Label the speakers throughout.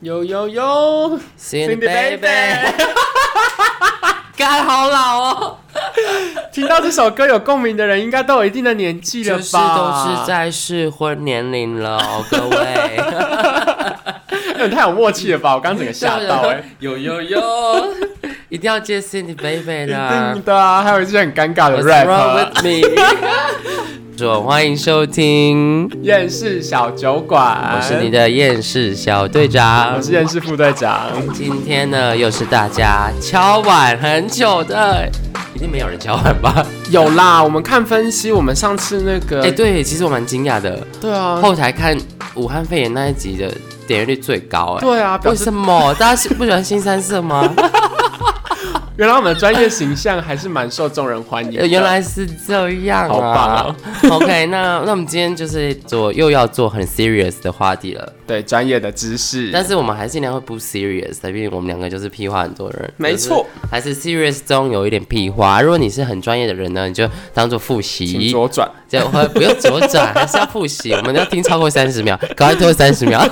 Speaker 1: 有有有
Speaker 2: Cindy Baby，干好老哦，
Speaker 1: 听到这首歌有共鸣的人，应该都有一定的年纪了
Speaker 2: 就是
Speaker 1: 吧？
Speaker 2: 都是 在适婚年龄了哦，各位。
Speaker 1: 哎太有默契了吧！我刚整个吓到哎、
Speaker 2: 有有有，一定要接 Cindy Baby 的
Speaker 1: 一
Speaker 2: 啊。
Speaker 1: 定的啊，还有一些很尴尬的
Speaker 2: What's
Speaker 1: rap，
Speaker 2: wrong
Speaker 1: 啊
Speaker 2: with me？说 欢迎收听，
Speaker 1: 厌世小酒馆。
Speaker 2: 我是你，的厌世小队长
Speaker 1: 我。是厌世副队长。
Speaker 2: 今天呢，又是大家敲碗很久的，一定没有人敲碗吧？
Speaker 1: 有啦，我们看分析，我们上次那个，
Speaker 2: 哎、对，其实我蛮惊讶的，
Speaker 1: 对啊，
Speaker 2: 后台看武汉肺炎那一集的点阅率最高、哎，
Speaker 1: 对啊，表
Speaker 2: 为
Speaker 1: 示
Speaker 2: 什么？大家是不喜欢新三 色吗？
Speaker 1: 原来我们的专业形象还是蛮受众人欢迎的。
Speaker 2: 原 来是这样
Speaker 1: 好棒
Speaker 2: 啊。OK，那那我们今天就是做又要做很 serious 的话题了，
Speaker 1: 对专业的知识，
Speaker 2: 但是我们还是尽量会不 serious，的，因为我们两个就是屁话很多的人，
Speaker 1: 没错，
Speaker 2: 还是 serious 中有一点屁话。如果你是很专业的人呢，你就当做复
Speaker 1: 请
Speaker 2: 习，
Speaker 1: 左转。
Speaker 2: 这样会不用左转，还是要复习，我们要听超过三十秒，赶快拖三十秒。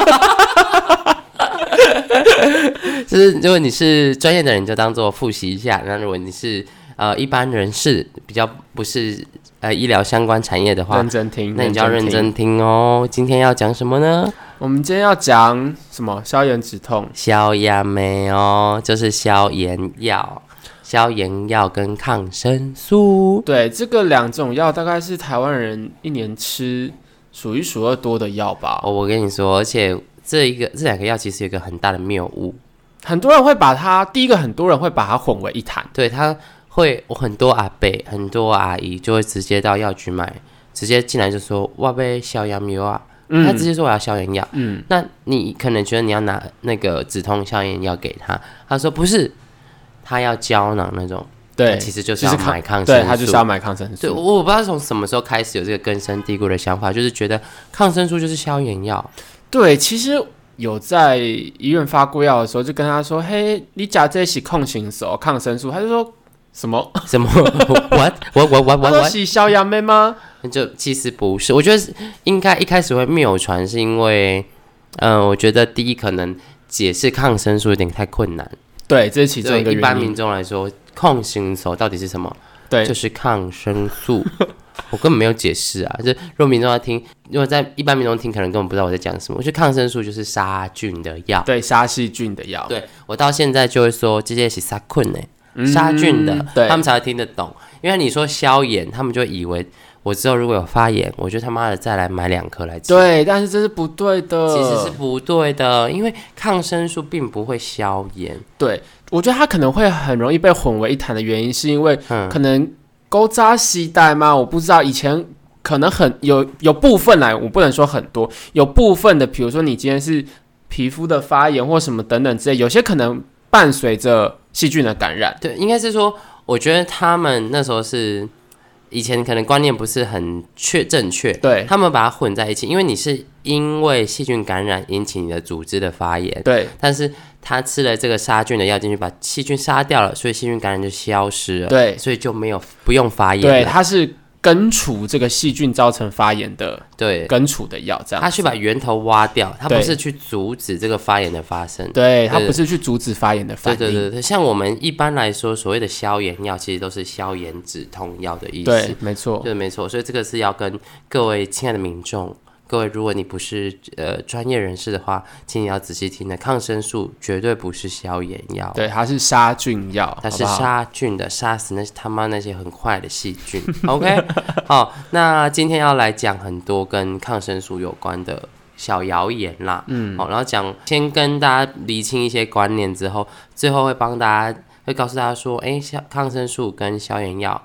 Speaker 2: 就是如果你是专业的人，你就当做复习一下；那如果你是呃一般人士，比较不是呃医疗相关产业的话
Speaker 1: 认，真听，
Speaker 2: 那你就要认
Speaker 1: 听
Speaker 2: 真听哦。今天要讲什么呢？
Speaker 1: 我们今天要讲什么？消炎止痛。
Speaker 2: 消炎酶哦，就是消炎药、消炎药跟抗生素。
Speaker 1: 对，这个两种药大概是台湾人一年吃数一数二多的药吧。
Speaker 2: 哦，我跟你说，而且这一个这两个药其实有一个很大的谬误，
Speaker 1: 很多人会把它，第一个很多人会把它混为一谈。
Speaker 2: 对它会我很多阿伯、很多阿姨就会直接到药局买，直接进来就说我要消炎药啊，他直接说我要消炎药，
Speaker 1: 嗯，
Speaker 2: 那你可能觉得你要拿那个止痛消炎药给他，他说不是，他要胶囊那种，
Speaker 1: 对，
Speaker 2: 其实就是
Speaker 1: 其
Speaker 2: 要
Speaker 1: 实抗
Speaker 2: 买抗生
Speaker 1: 对
Speaker 2: 素，
Speaker 1: 他就是要买抗生
Speaker 2: 对，
Speaker 1: 素。
Speaker 2: 我我不知道从什么时候开始有这个根深蒂固的想法，就是觉得抗生素就是消炎药。
Speaker 1: 对，其实有在医院发过药的时候，就跟他说：“嘿，你假这洗控型手抗生素。”他就说什么？
Speaker 2: 什么 ？what what what what
Speaker 1: 他
Speaker 2: what
Speaker 1: 说
Speaker 2: what？
Speaker 1: 洗消炎妹吗？
Speaker 2: 就其实不是，我觉得应该一开始会谬传，是因为，嗯、我觉得第一可能解释抗生素有点太困难，
Speaker 1: 对，这是其中
Speaker 2: 对
Speaker 1: 一个
Speaker 2: 一般
Speaker 1: 原因
Speaker 2: 民。众来说，抗生素到底是什么？
Speaker 1: 对
Speaker 2: 就，是抗生素。 我根本没有解释啊，就是如果民众要听，如果在一般民众听，可能根本不知道我在讲什么。我觉得抗生素就是杀菌的药。
Speaker 1: 对，杀细菌的药。
Speaker 2: 对我到现在就会说这些是杀菌的、
Speaker 1: 嗯
Speaker 2: 杀菌的，
Speaker 1: 对
Speaker 2: 他们才会听得懂。因为你说消炎，他们就以为我之后如果有发炎，我就他妈的再来买两颗来吃。，
Speaker 1: 对，但是这是不对的。
Speaker 2: 其实是不对的，因为抗生素并不会消炎。
Speaker 1: 对，我觉得它可能会很容易被混为一谈的原因，是因为
Speaker 2: 嗯
Speaker 1: 可能勾扎西带吗？我不知道，以前可能很有有部分来，我不能说很多，有部分的，比如说你今天是皮肤的发炎或什么等等之类，有些可能伴随着细菌的感染。
Speaker 2: 对，应该是说，我觉得他们那时候是以前可能观念不是很确正确，
Speaker 1: 对
Speaker 2: 他们把它混在一起，因为你是因为细菌感染引起你的组织的发炎，
Speaker 1: 对
Speaker 2: 但是他吃了这个杀菌的药进去，把细菌杀掉了，所以细菌感染就消失了，
Speaker 1: 对
Speaker 2: 所以就没有不用发炎
Speaker 1: 对，
Speaker 2: 了。
Speaker 1: 它是根除这个细菌造成发炎的
Speaker 2: 对，
Speaker 1: 根除的药，这样。
Speaker 2: 他去把源头挖掉，他
Speaker 1: 对
Speaker 2: 不是去阻止这个发炎的发生。
Speaker 1: 对，它
Speaker 2: 对
Speaker 1: 不是去阻止发炎的反
Speaker 2: 对
Speaker 1: 应。
Speaker 2: 对对对，像我们一般来说，所谓的消炎药其实都是消炎止痛药的意思。
Speaker 1: 对没错。
Speaker 2: 对，没错，所以这个是要跟各位亲爱的民众，各位，如果你不是呃专业人士的话，请你要仔细听的，抗生素绝对不是消炎药，
Speaker 1: 对，它是杀菌药，
Speaker 2: 它
Speaker 1: 好
Speaker 2: 是
Speaker 1: 不好
Speaker 2: 杀菌的，杀死那些他妈那些很坏的细 菌。OK，好，那今天要来讲很多跟抗生素有关的。小谣言啦，嗯，好、然后讲先跟大家厘清一些观念之后，最后会帮大家会告诉大家说，哎，消抗生素跟消炎药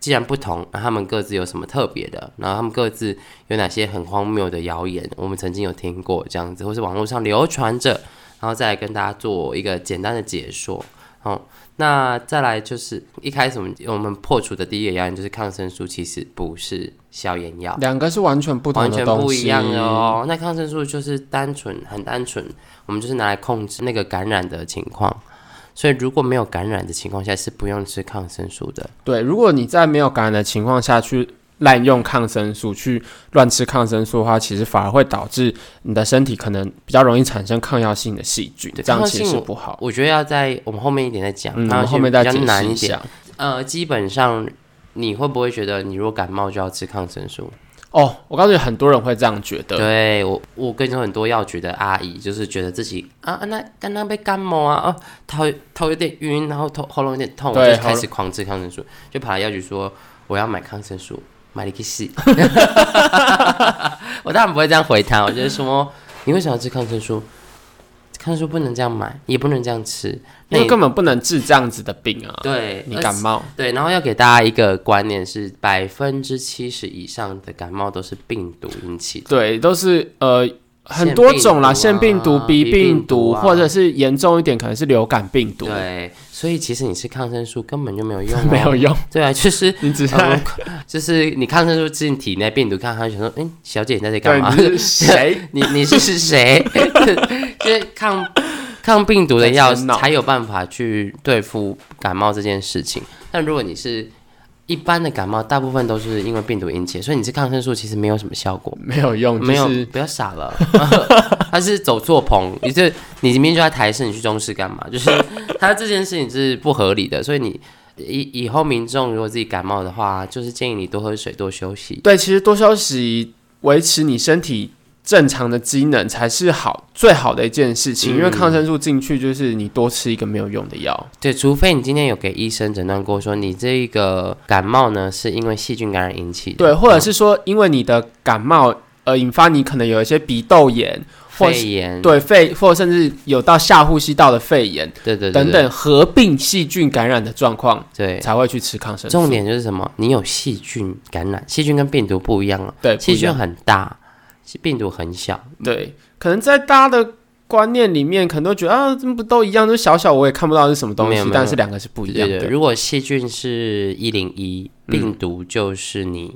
Speaker 2: 既然不同，那他们各自有什么特别的？然后他们各自有哪些很荒谬的谣言？我们曾经有听过这样子，或是网络上流传着，然后再来跟大家做一个简单的解说。哦，那再来就是一开始我们我们破除的第一个谣言就是抗生素其实不是消炎药，
Speaker 1: 两个是完全不同
Speaker 2: 完
Speaker 1: 的
Speaker 2: 全
Speaker 1: 东西，
Speaker 2: 不一样的。哦。那抗生素就是单纯很单纯，我们就是拿来控制那个感染的情况。所以如果没有感染的情况下是不用吃抗生素的。
Speaker 1: 对，如果你在没有感染的情况下去滥用抗生素，去乱吃抗生素的话，其实反而会导致你的身体可能比较容易产生抗药性的细菌，
Speaker 2: 对
Speaker 1: 这样
Speaker 2: 抗药
Speaker 1: 其
Speaker 2: 性
Speaker 1: 实不好。
Speaker 2: 我觉得要在我们后面一点再讲，
Speaker 1: 嗯，
Speaker 2: 抗
Speaker 1: 我
Speaker 2: 药
Speaker 1: 后
Speaker 2: 性
Speaker 1: 面再
Speaker 2: 比
Speaker 1: 解
Speaker 2: 较难
Speaker 1: 释一
Speaker 2: 一点。
Speaker 1: 下。
Speaker 2: 呃，基本上你会不会觉得你如果感冒就要吃抗生素？
Speaker 1: 哦，我告诉你，很多人会这样觉得。
Speaker 2: 对我，我跟你说，很多药局的阿姨就是觉得自己啊，啊那刚刚被感冒啊，啊头头有点晕，然后头喉咙有点痛，
Speaker 1: 对
Speaker 2: 就开始狂吃抗生素，就跑来药局说我要买抗生素，买了一 个戏。 我当然不会这样回他，我就是说你为什么要吃抗生素？抗生素不能这样买，也不能这样吃。那
Speaker 1: 因为
Speaker 2: 你
Speaker 1: 根本不能治这样子的病啊！
Speaker 2: 对呃
Speaker 1: 你
Speaker 2: 而
Speaker 1: 感冒，
Speaker 2: 对，然后要给大家一个观念是，百分之七十以上的感冒都是病毒引起的。
Speaker 1: 对，都是呃很
Speaker 2: 腺
Speaker 1: 多
Speaker 2: 病
Speaker 1: 种啦，
Speaker 2: 毒
Speaker 1: 腺病毒、
Speaker 2: 啊
Speaker 1: B
Speaker 2: B
Speaker 1: 病
Speaker 2: 病毒啊
Speaker 1: 或者是严重一点可能是流感病毒，
Speaker 2: 对，所以其实你吃抗生素根本就没有用、
Speaker 1: 没有。用，
Speaker 2: 对啊， 就是。
Speaker 1: 你只是
Speaker 2: 呃 就是你抗生素吃你体内病毒，看他就想说，嗯，小姐你在这干嘛？
Speaker 1: 对你是谁？
Speaker 2: 你 你是是谁？ 就是抗抗病毒的
Speaker 1: 在
Speaker 2: 药
Speaker 1: 煎熬
Speaker 2: 才有办法去对付感冒这件事情。但如果你是一般的感冒，大部分都是因为病毒引起的，所以你吃抗生素其实没有什么效果。
Speaker 1: 没有用，
Speaker 2: 没
Speaker 1: 就
Speaker 2: 有
Speaker 1: 是，
Speaker 2: 不要傻了， 他是走错棚。你这你明明就在台视，你去中视干嘛？ 就是他这件事情是不合理的，所以你以以后民众如果自己感冒的话，就是建议你多喝水，多休息。
Speaker 1: 对，其实多休息，维持你身体正常的机能才是好最好的一件事情。因为
Speaker 2: 嗯
Speaker 1: 抗生素进去就是你多吃一个没有用的药，
Speaker 2: 对，除非你今天有给医生诊断过，说你这个感冒呢是因为细菌感染引起的，
Speaker 1: 对，或者
Speaker 2: 嗯
Speaker 1: 是说因为你的感冒而引发你可能有一些鼻窦炎，或
Speaker 2: 哦肺
Speaker 1: 是
Speaker 2: 炎，
Speaker 1: 对肺，或甚至有到下呼吸道的肺炎
Speaker 2: 对对对
Speaker 1: 等等合并细菌感染的状况，
Speaker 2: 对。
Speaker 1: 才会去吃抗生素。
Speaker 2: 重点就是什么？你有细菌感染，细菌跟病毒不一样啊，
Speaker 1: 对不
Speaker 2: 细
Speaker 1: 一
Speaker 2: 菌
Speaker 1: 样
Speaker 2: 很大，病毒很小，
Speaker 1: 对，可能在大家的观念里面，可能都觉得啊，这不都一样，都小小，我也看不到是什么东
Speaker 2: 没有
Speaker 1: 西
Speaker 2: 没，有
Speaker 1: 但是两个是不一
Speaker 2: 对
Speaker 1: 样
Speaker 2: 对，
Speaker 1: 的。
Speaker 2: 如果细菌是一零
Speaker 1: 嗯
Speaker 2: 一，
Speaker 1: 啊
Speaker 2: 病毒就是你，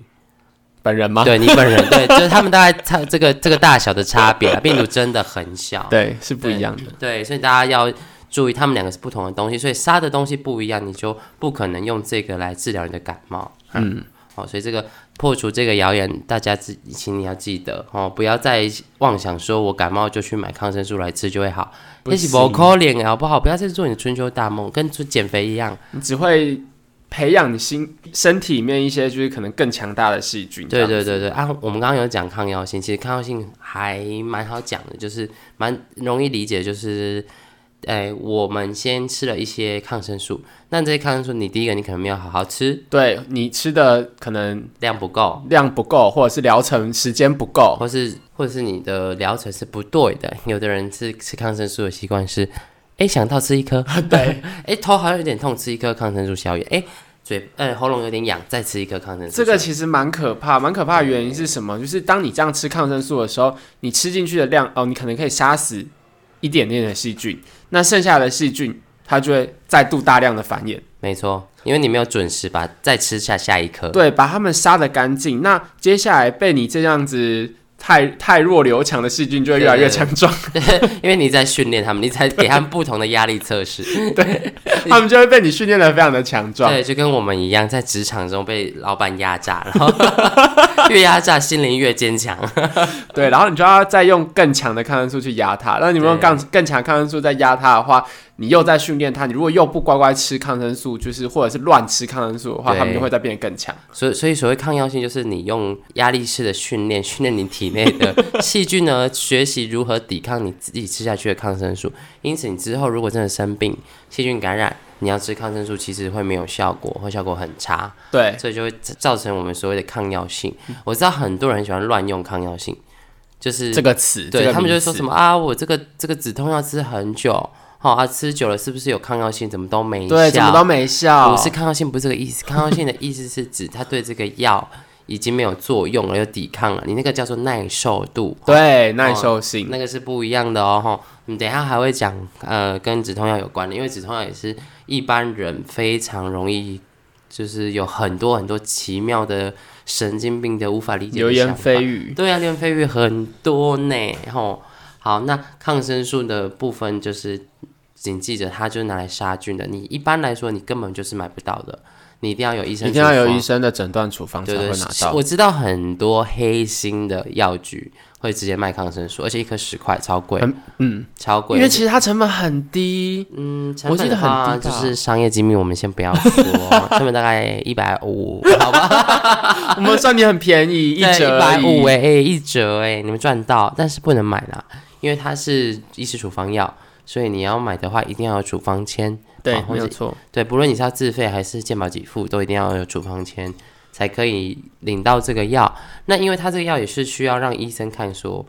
Speaker 1: 本人吗？
Speaker 2: 对你本人， 对，就是他们大概差这个这个大小的差别啊， 病毒真的很小，
Speaker 1: 对，是不一样的。
Speaker 2: 对，所以大家要注意，他们两个是不同的东西，所以杀的东西不一样，你就不可能用这个来治疗你的感冒。
Speaker 1: 嗯，
Speaker 2: 哦，所以这个破除这个谣言，大家自请你要记得哦，不要再妄想说我感冒就去买抗生素来吃就会好，
Speaker 1: 不
Speaker 2: 那是
Speaker 1: 行
Speaker 2: 不可能的好不好？不要再做你的春秋大梦，跟做减肥一样。
Speaker 1: 你只会培养你心身体里面一些就是可能更强大的细菌。
Speaker 2: 对
Speaker 1: 这样
Speaker 2: 对对对啊！我们刚刚有讲抗药性，其实抗药性还蛮好讲的，就是蛮容易理解，就是，哎、我们先吃了一些抗生素，那这些抗生素你第一个你可能没有好好吃，
Speaker 1: 对你吃的可能
Speaker 2: 量不够，
Speaker 1: 量不够，或者是疗程时间不够。
Speaker 2: 或是或者是你的疗程是不对的。有的人吃吃抗生素的习惯是，哎、想到吃一颗，
Speaker 1: 对，
Speaker 2: 哎、头好像有点痛，吃一颗抗生素消炎，哎、嘴呃喉咙有点痒，再吃一颗抗生素消
Speaker 1: 这
Speaker 2: 炎。
Speaker 1: 个其实蛮可怕，蛮可怕的原因是什么？就是当你这样吃抗生素的时候，你吃进去的量哦，你可能可以杀死一点点的细菌，那剩下的细菌它就会再度大量的繁衍，
Speaker 2: 没错，因为你没有准时把再吃下下一颗。
Speaker 1: 对，把它们杀的干净。那接下来被你这样子太太弱留强的细菌就会越来越强壮，
Speaker 2: 因为你在训练他们，你在给他们不同的压力测试，
Speaker 1: 它们就会被你训练的非常的强壮。
Speaker 2: 对，就跟我们一样，在职场中被老板压榨，然后越压榨心灵越坚强。
Speaker 1: 对，然后你就要再用更强的抗生素去压它。那你用
Speaker 2: 对
Speaker 1: 更更强的抗生素再压它的话，你又在训练它。你如果又不乖乖吃抗生素，就是或者是乱吃抗生素的话，
Speaker 2: 对
Speaker 1: 它们就会再变得更强。
Speaker 2: 所以，所以所谓抗药性，就是你用压力式的训练，训练你体内的细菌呢，学习如何抵抗你自己吃下去的抗生素。因此，你之后如果真的生病，细菌感染，你要吃抗生素，其实会没有效果，会效果很差。
Speaker 1: 对，
Speaker 2: 所以就会造成我们所谓的抗药性。我知道很多人很喜欢乱用抗药性，就是
Speaker 1: 这个词，
Speaker 2: 对、
Speaker 1: 这个
Speaker 2: 他们就会
Speaker 1: 名
Speaker 2: 说
Speaker 1: 词
Speaker 2: 什么啊，我这个这个止痛药吃很久，好、啊，吃久了是不是有抗药性？怎么都没效？
Speaker 1: 对，怎么都没效。
Speaker 2: 不是抗药性，不是这个意思。抗药性的意思是指它对这个药已经没有作用了，有抵抗了。你那个叫做耐受度，
Speaker 1: 对耐受性，
Speaker 2: 那个是不一样的哦。吼，你等一下还会讲呃跟止痛药有关的，因为止痛药也是一般人非常容易，就是有很多很多奇妙的神经病的无法理解
Speaker 1: 流
Speaker 2: 的
Speaker 1: 言
Speaker 2: 想法
Speaker 1: 蜚语。
Speaker 2: 对啊，流言蜚语很多呢。吼，好，那抗生素的部分就是谨记着，它就是拿来杀菌的。你一般来说你根本就是买不到的。你一定要有医生，
Speaker 1: 一定要有医。生的诊断处方才
Speaker 2: 对
Speaker 1: 会
Speaker 2: 对
Speaker 1: 拿到。
Speaker 2: 我知道很多黑心的药局会直接卖抗生素，而且一颗十块，超贵，
Speaker 1: 很嗯，
Speaker 2: 超贵。
Speaker 1: 因为其实它成本很低，
Speaker 2: 嗯，成
Speaker 1: 我记
Speaker 2: 本
Speaker 1: 得
Speaker 2: 的
Speaker 1: 很
Speaker 2: 话
Speaker 1: 低
Speaker 2: 就
Speaker 1: 吧
Speaker 2: 是商业机密，我们先不要说， 成本大概一百五，好吧？
Speaker 1: 我们算你很便宜，一折
Speaker 2: 一百五
Speaker 1: 哎，
Speaker 2: 哎，一折哎、你们赚到，但是不能买啦，因为它是医师处方药，所以你要买的话一定要有处方签。
Speaker 1: 对
Speaker 2: 啊，或
Speaker 1: 没
Speaker 2: 者
Speaker 1: 有错。
Speaker 2: 对，不论你是要自费还是健保给付，都一定要有处方签才可以领到这个药。那因为它这个药也是需要让医生看说，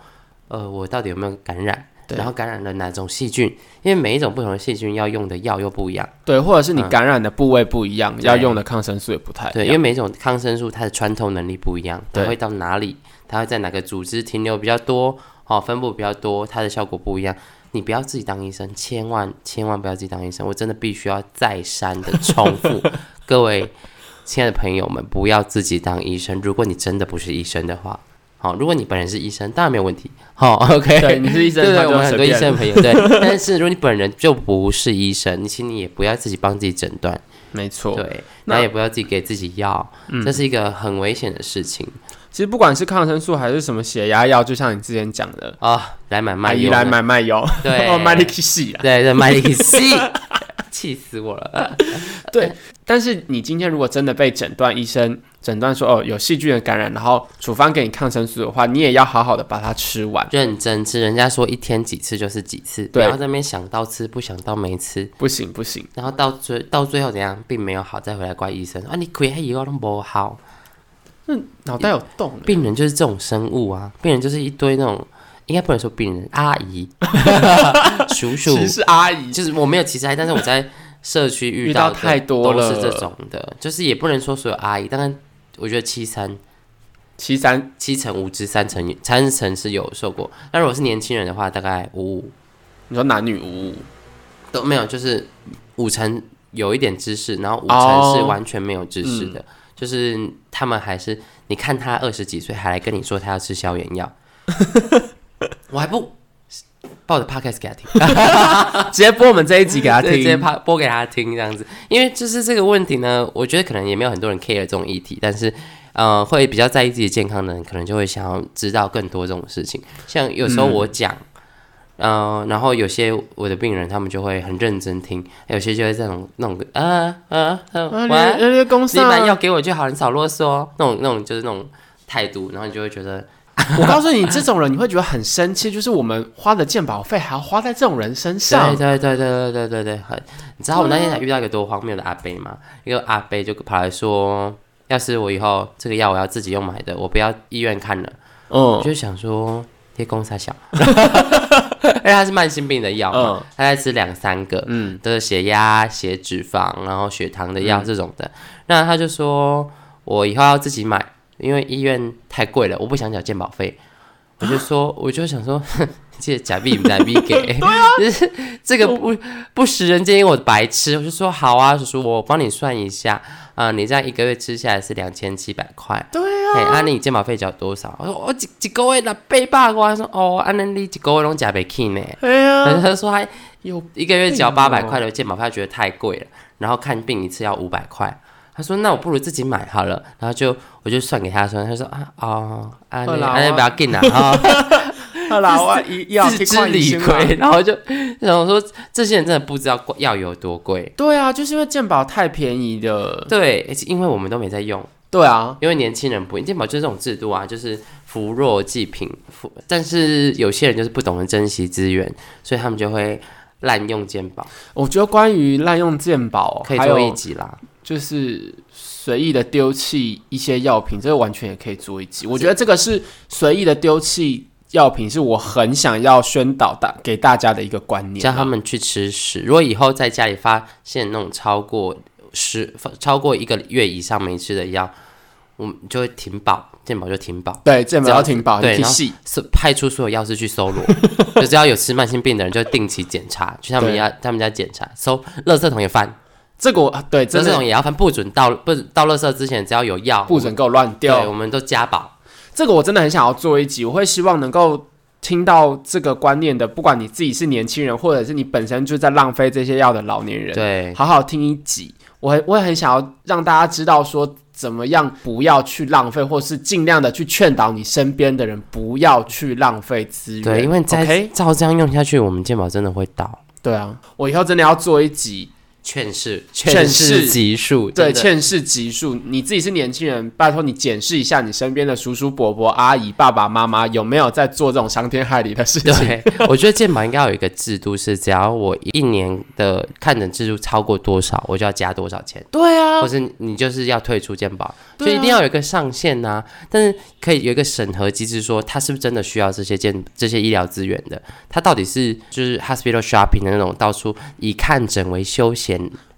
Speaker 2: 呃，我到底有没有感染，
Speaker 1: 对
Speaker 2: 然后感染了哪种细菌，因为每一种不同的细菌要用的药又不一样。
Speaker 1: 对，或者是你
Speaker 2: 嗯
Speaker 1: 感染的部位不一样，
Speaker 2: 对
Speaker 1: 要用的抗生素也不太
Speaker 2: 对，
Speaker 1: 一样。
Speaker 2: 因为每一种抗生素它的穿透能力不一样，它
Speaker 1: 对
Speaker 2: 会到哪里，它会在哪个组织停留比较多，哦，分布比较多，它的效果不一样。你不要自己当医生，千万千万不要自己当医生，我真的必须要再三的重复， 各位亲爱的朋友们，不要自己当医生。如果你真的不是医生的话，好、如果你本人是医生，当然没有问题。好、o k
Speaker 1: 对，你是医生，
Speaker 2: 对
Speaker 1: 他
Speaker 2: 对，
Speaker 1: 就
Speaker 2: 我们很
Speaker 1: 随
Speaker 2: 多医
Speaker 1: 便
Speaker 2: 生朋友对，但是如果你本人就不是医生，你请你也不要自己帮自己诊断，
Speaker 1: 没错。
Speaker 2: 对，
Speaker 1: 那嗯
Speaker 2: 然后也不要自己给自己药，这是一个很危险的事情
Speaker 1: 其实不管是抗生素还是什么血压药，就像你之前讲的，
Speaker 2: 啊！来买
Speaker 1: 阿
Speaker 2: 卖
Speaker 1: 姨
Speaker 2: 油，
Speaker 1: 来买卖药，
Speaker 2: 对
Speaker 1: 哦，卖力气细啊。
Speaker 2: 对对买力 气，气死我了！
Speaker 1: 但是你今天如果真的被诊断，医生诊断说哦有细菌的感染，然后处方给你抗生素的话，你也要好好的把它吃完，
Speaker 2: 认真吃，人家说一天几次就是几次，不
Speaker 1: 对
Speaker 2: 要在那边想到吃不想到没吃，
Speaker 1: 不行不行，
Speaker 2: 然后到最到最后怎样，并没有好，再回来怪医生啊！你亏还以后都不好，
Speaker 1: 脑袋有洞欸。
Speaker 2: 病人就是这种生物啊，病人就是一堆那种，应该不能说病人，阿 姨、叔叔
Speaker 1: 其实是阿姨，
Speaker 2: 就是我没有歧视阿姨，但是我在社区遇到的
Speaker 1: 遇到太多了
Speaker 2: 都是这种的，就是也不能说所有阿姨，当然我觉得七三
Speaker 1: 七三
Speaker 2: 七成五至三成三成是有受过，那如果是年轻人的话，大概五五
Speaker 1: 你说男女无误，
Speaker 2: 都没有，就是五成有一点知识，然后五
Speaker 1: 哦
Speaker 2: 成是完全没有知识
Speaker 1: 嗯
Speaker 2: 的，就是他们还是你看他二十几岁还来跟你说他要吃消 炎药，我还不抱着 podcast 给他听。
Speaker 1: 直接播我们这一集给他
Speaker 2: 对， 直接
Speaker 1: 啊听。
Speaker 2: 播播给他听这样子。因为就是这个问题呢，我觉得可能也没有很多人 care 这种议题，但是呃，会比较在意自己健康的人，可能就会想要知道更多这种事情。像有时候我讲。嗯、然后有些我的病人他们就会很认真听，有些就会这种那种啊啊啊，
Speaker 1: 啊，
Speaker 2: 晚安
Speaker 1: 你你公司
Speaker 2: 你把药给我就好，你少啰嗦哦，那种那种就是那种态度，然后你就会觉得
Speaker 1: 我告诉你，这种人你会觉得很生气，就是我们花的健保费还要花在这种人身上。
Speaker 2: 对对对对对对对对，很。你知道我那天才遇到一个多荒谬的阿伯吗？一个阿伯就跑来说，要是我以后这个药我要自己用买的，我不要医院看了。我
Speaker 1: 嗯
Speaker 2: 就想说，贴公差小，因为他是慢性病的药嘛，
Speaker 1: 嗯
Speaker 2: 他在吃两三个，
Speaker 1: 嗯，
Speaker 2: 都是血压、血脂肪，然后血糖的药这种的。那他就说我以后要自己买，因为医院太贵了，我不想缴健保费。我就说， 我就想说，哼这假币假币给， 对啊，就是这个不不食人间烟火的白痴。我就说好啊，叔叔，我帮你算一下啊、你这样一个月吃下来是两千七百块。
Speaker 1: 对
Speaker 2: 啊，啊你健保费缴多少？我说我、一一个月六百八我他说哦，啊那你一个月拢假袂起呢？
Speaker 1: 哎呀，
Speaker 2: 然后他就说他
Speaker 1: 有
Speaker 2: 一个月缴
Speaker 1: 病哦
Speaker 2: 八百块的健保费，他觉得太贵了，然后看病一次要五百块。他说：“那我不如自己买好了。”然后就我就算给他说，他说：“啊哦，啊
Speaker 1: 好
Speaker 2: 那
Speaker 1: 啦
Speaker 2: 啊那
Speaker 1: 我
Speaker 2: 不要紧啦，哈，
Speaker 1: 好啦，我一 要
Speaker 2: 自知理亏。”然后就然后说这些人真的不知道药有多贵，
Speaker 1: 对啊，就是因为健保太便宜了。
Speaker 2: 对，因为我们都没在用，
Speaker 1: 对啊，
Speaker 2: 因为年轻人不健保就是这种制度啊，就是扶弱济贫，扶但是有些人就是不懂得珍惜资源，所以他们就会滥用健保，
Speaker 1: 我觉得关于滥用健保，
Speaker 2: 可以
Speaker 1: 还
Speaker 2: 做一
Speaker 1: 有
Speaker 2: 集啦。
Speaker 1: 就是随意的丢弃一些药品，这个完全也可以做一集。我觉得这个是随意的丢弃药品，是我很想要宣导大给大家的一个观念啊。
Speaker 2: 叫他们去吃屎。如果以后在家里发现那种超过十、超过一个月以上没吃的药，我们就会停保，健保就停保，
Speaker 1: 对健保要停保，
Speaker 2: 对
Speaker 1: 你可以
Speaker 2: 然后
Speaker 1: 细
Speaker 2: 是派出所有药师去搜 罗，就只要有吃慢性病的人就定期检查，去他们
Speaker 1: 对
Speaker 2: 家他们家检查，搜，垃圾桶也翻，
Speaker 1: 这个我啊对
Speaker 2: 垃
Speaker 1: 真
Speaker 2: 圾
Speaker 1: 的
Speaker 2: 桶也要翻，不准到不准到垃圾之前只要有药
Speaker 1: 不准给我乱
Speaker 2: 对，
Speaker 1: 丢。
Speaker 2: 我们都加保。
Speaker 1: 这个我真的很想要做一集，我会希望能够听到这个观念的，不管你自己是年轻人，或者是你本身就在浪费这些药的老年人，
Speaker 2: 对，
Speaker 1: 好好听一集。我很我也很想要让大家知道说怎么样不要去浪费，或是尽量的去劝导你身边的人不要去浪费资源。
Speaker 2: 对，因为再
Speaker 1: OK
Speaker 2: 照这样用下去，我们健保真的会倒。
Speaker 1: 对啊，我以后真的要做一集
Speaker 2: 劝世，
Speaker 1: 劝
Speaker 2: 劝
Speaker 1: 世
Speaker 2: 世级数，
Speaker 1: 对
Speaker 2: 真的
Speaker 1: 欠世集数，你自己是年轻人，拜托你检视一下你身边的叔叔、伯伯、阿姨、爸爸妈妈有没有在做这种伤天害理 的事情。
Speaker 2: 对，我觉得健保应该要有一个制度，是只要我一年的看诊次数超过多少，我就要加多少钱，
Speaker 1: 对啊
Speaker 2: 或，是你就是要退出健保，
Speaker 1: 对啊
Speaker 2: 所以一定要有一个上限呐、但是可以有一个审核机制，说他是不是真的需要这些健这些医疗资源的，他到底是就是 hospital shopping 的那种到处以看诊为休闲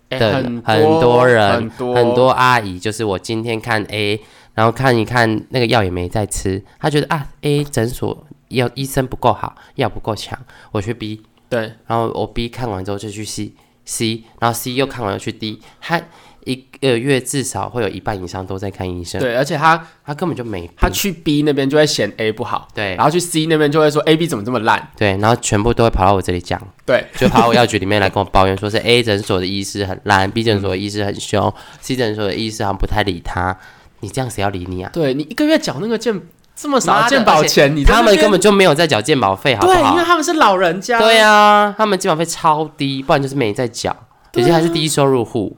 Speaker 1: 哎
Speaker 2: 对
Speaker 1: 很
Speaker 2: 很多人
Speaker 1: 很多
Speaker 2: 很多阿姨就是我今天看 A，然后看一看那个药也没在吃，她觉得啊 A 诊所药医生不够好，药不够强，我去 B，
Speaker 1: 对，
Speaker 2: 然后我 B 看完之后就去 C，C，然后 C 又看完又去 D，她一个月至少会有一半以上都在看医生，
Speaker 1: 对，而且他
Speaker 2: 她根本就没病
Speaker 1: 他去 B 那边就会嫌 A 不好，
Speaker 2: 对
Speaker 1: 然后去 C 那边就会说 A B 怎么这么烂，
Speaker 2: 对，然后全部都会跑到我这里讲，
Speaker 1: 对，
Speaker 2: 就跑到我药局里面来跟我抱怨，说是 A 诊所的医师很烂，B 诊所的医师很凶，C 诊所的医师好像不太理他，你这样谁要理你啊？
Speaker 1: 对你一个月缴那个健这么少
Speaker 2: 妈
Speaker 1: 的
Speaker 2: 的
Speaker 1: 健保
Speaker 2: 而且
Speaker 1: 钱，你在
Speaker 2: 他
Speaker 1: 那
Speaker 2: 们
Speaker 1: 边
Speaker 2: 根本就没有在缴健保费，好不
Speaker 1: 对，因为
Speaker 2: 好？
Speaker 1: 他们是老人家，
Speaker 2: 对啊，他们健保费超低，不然就是没在缴，
Speaker 1: 对啊
Speaker 2: 有些还是低收入户。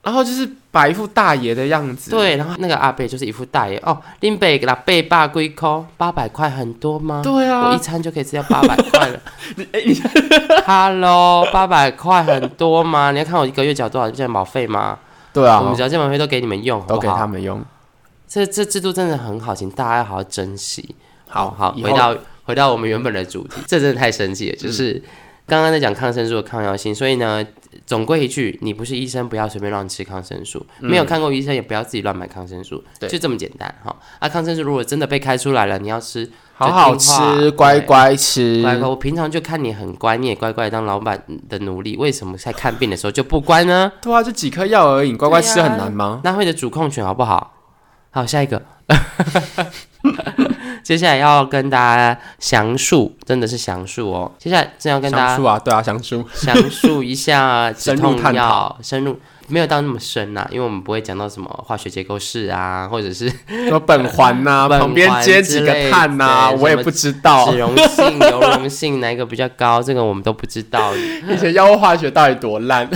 Speaker 1: 然后就是摆一副大爷的样子，
Speaker 2: 对，然后那个阿贝就是一副大爷哦，林北给他贝爸龟抠八百块很多吗？
Speaker 1: 对
Speaker 2: 我一
Speaker 1: 啊，哎
Speaker 2: 餐就可以吃掉八百块 了。Hello，八百块很多吗？你要看我一个月缴多少健保费吗？
Speaker 1: 对啊
Speaker 2: 我，们缴健保费都给你们用，好不
Speaker 1: 都
Speaker 2: 好
Speaker 1: 给他们用，
Speaker 2: 这这制度真的很好，请大家要好好珍惜。
Speaker 1: 好
Speaker 2: 好，
Speaker 1: 以
Speaker 2: 回
Speaker 1: 后
Speaker 2: 到回到我们原本的主题，这真的太神奇了。
Speaker 1: 嗯
Speaker 2: 就是刚刚在讲抗生素的抗药性，所以呢，总归一句，你不是医生，不要随便乱吃抗生素。没有看过医生，也不要自己乱买抗生素，
Speaker 1: 嗯对
Speaker 2: 就这么简单哈。啊，抗生素如果真的被开出来了，你要吃
Speaker 1: 好好
Speaker 2: 就听话
Speaker 1: 吃，
Speaker 2: 对
Speaker 1: 乖乖吃，
Speaker 2: 乖乖。我平常就看你很乖，你也乖乖当老板的奴隶，为什么在看病的时候就不乖呢？
Speaker 1: 对啊，就几颗药而已，你乖乖吃
Speaker 2: 对啊
Speaker 1: 很难吗？
Speaker 2: 那会的主控权好不好？好，下 一个。 接下来要跟大家详述，真的是详述哦。接下来真要跟大
Speaker 1: 香
Speaker 2: 家
Speaker 1: 树啊，对啊，香树，
Speaker 2: 详述一下止
Speaker 1: 深入
Speaker 2: 痛
Speaker 1: 探
Speaker 2: 药，深入没有到那么深呐、因为我们不会讲到什么化学结构式啊，或者是
Speaker 1: 说本环呐、
Speaker 2: 苯环
Speaker 1: 旁边接几个碳呐、
Speaker 2: 之类的
Speaker 1: 我也不知道
Speaker 2: 脂溶性、油溶性哪一个比较高，这个我们都不知 道。
Speaker 1: 以前药物化学到底多烂，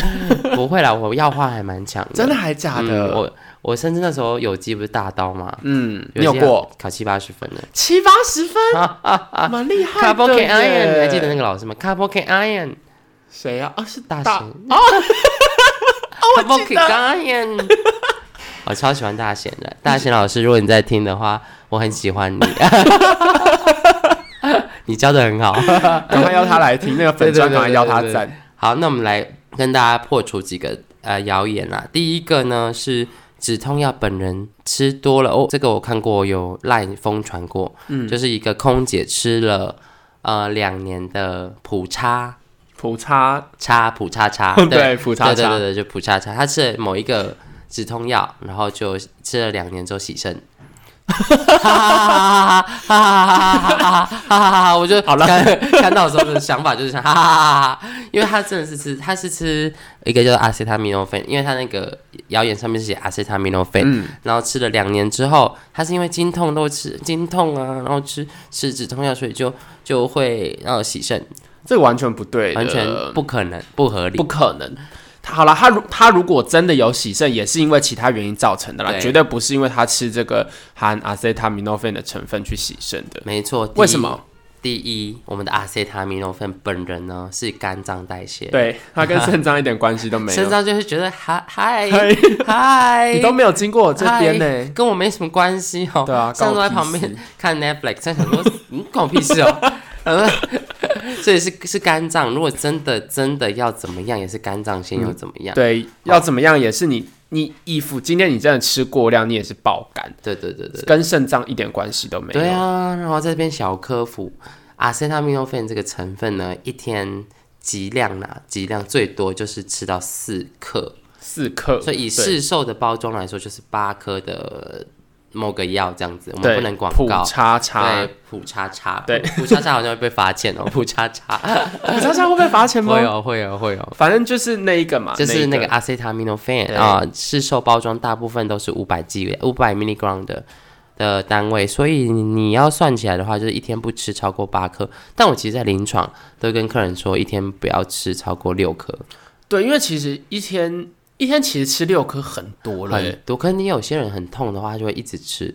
Speaker 2: 不会啦，我药化还蛮强的，
Speaker 1: 真的还假
Speaker 2: 嗯
Speaker 1: 的？
Speaker 2: 我我甚至那时候有机不是大刀嘛，
Speaker 1: 嗯，你有
Speaker 2: 机
Speaker 1: 过
Speaker 2: 考七八十分的。
Speaker 1: 七八十 分，蛮厉害
Speaker 2: Carbon
Speaker 1: 的
Speaker 2: K Iron，你还
Speaker 1: 耶
Speaker 2: 记得那个老师吗？Carbon K Iron
Speaker 1: 谁啊？啊，是
Speaker 2: 大
Speaker 1: 大
Speaker 2: 神哦，Carbon K Iron，我超喜欢大贤的。大贤老师，如果你在听的话，我很喜欢你， 你教的很好。
Speaker 1: 赶快邀他来听那个粉砖，
Speaker 2: 对对对
Speaker 1: 赶快邀他
Speaker 2: 对对对
Speaker 1: 赞。
Speaker 2: 好，那我们来跟大家破除几个呃谣言啦。第一个呢是止痛药本人吃多了哦，这个我看过有赖疯传过，嗯，就是一个空姐吃了呃两年的普叉。
Speaker 1: 普叉，，
Speaker 2: 叉普叉叉
Speaker 1: 对，普叉
Speaker 2: 对对
Speaker 1: 叉，
Speaker 2: 对对，就普叉叉，他吃了某一个止痛药，然后就吃了两年之后洗肾。哈哈哈哈哈哈哈哈哈哈！我就
Speaker 1: 好了
Speaker 2: 看看到的时候的想法就是想哈哈哈哈，因为他真的是吃，他是吃一个叫做阿司他米诺芬，因为他那个谣言上面是写阿司他米诺芬，
Speaker 1: 嗯，
Speaker 2: 然后吃了两年之后，他是因为经痛都吃经痛啊，然后吃吃止痛药，所以就就会然后洗肾，
Speaker 1: 这完全不对的，
Speaker 2: 完全不可能，不合理
Speaker 1: 不。可能。他好了，他如他如果真的有洗肾，也是因为其他原因造成的啦，
Speaker 2: 对
Speaker 1: 绝对不是因为他吃这个含阿司他米诺芬的成分去洗肾的。
Speaker 2: 没错，第一
Speaker 1: 为什么？
Speaker 2: 第一，我们的阿司他米诺芬本人呢是肝脏代谢，，
Speaker 1: 对，它跟肾脏一点关系都没
Speaker 2: 身
Speaker 1: 有。
Speaker 2: 上就会觉得嗨 嗨
Speaker 1: 嘿
Speaker 2: 嗨，
Speaker 1: 你都没有经过我这边呢、
Speaker 2: 跟我没什么关系哦。
Speaker 1: 对啊， 关
Speaker 2: 上次
Speaker 1: 我
Speaker 2: 在
Speaker 1: 屁
Speaker 2: 旁
Speaker 1: 事
Speaker 2: 边看 Netflix，在想说， 嗯，关我屁事哦。 然后所以是是肝脏，如果真的真的要怎么样，也是肝脏先有怎么
Speaker 1: 嗯
Speaker 2: 样。
Speaker 1: 对，要怎么样也是你你义父，今天你真的吃过量，你也是爆肝，
Speaker 2: 对对对对对，
Speaker 1: 跟肾脏一点关系都没有。
Speaker 2: 对啊。然后这边小科普，阿司他米诺芬这个成分呢，一天剂量啦、剂量最多就是吃到四克。
Speaker 1: 四克，
Speaker 2: 所以
Speaker 1: 对
Speaker 2: 以市售的包装来说，就是八颗的某个药这样子，我们
Speaker 1: 对，
Speaker 2: 不能广
Speaker 1: 普
Speaker 2: 告。
Speaker 1: 叉叉
Speaker 2: 对，，普叉叉，
Speaker 1: 对
Speaker 2: 普叉叉好像会被罚钱哦，普叉叉
Speaker 1: 普叉叉会被罚钱吗
Speaker 2: 会？哦，会哦，会哦。
Speaker 1: 反正就是那一个嘛，
Speaker 2: 就是那
Speaker 1: 啊那
Speaker 2: 个
Speaker 1: 一
Speaker 2: acetaminophen
Speaker 1: 对嗯
Speaker 2: 啊、市售包装大部分都是五百 g 五百 milligram 的的单位，所以你要算起来的话，就是一天不吃超过八颗。但我其实，在临床都跟客人说，一天不要吃超过六颗，
Speaker 1: 对，因为其实一天一天其实吃六颗很多了耶，
Speaker 2: 很多。可是你有些人很痛的话，他就会一直吃，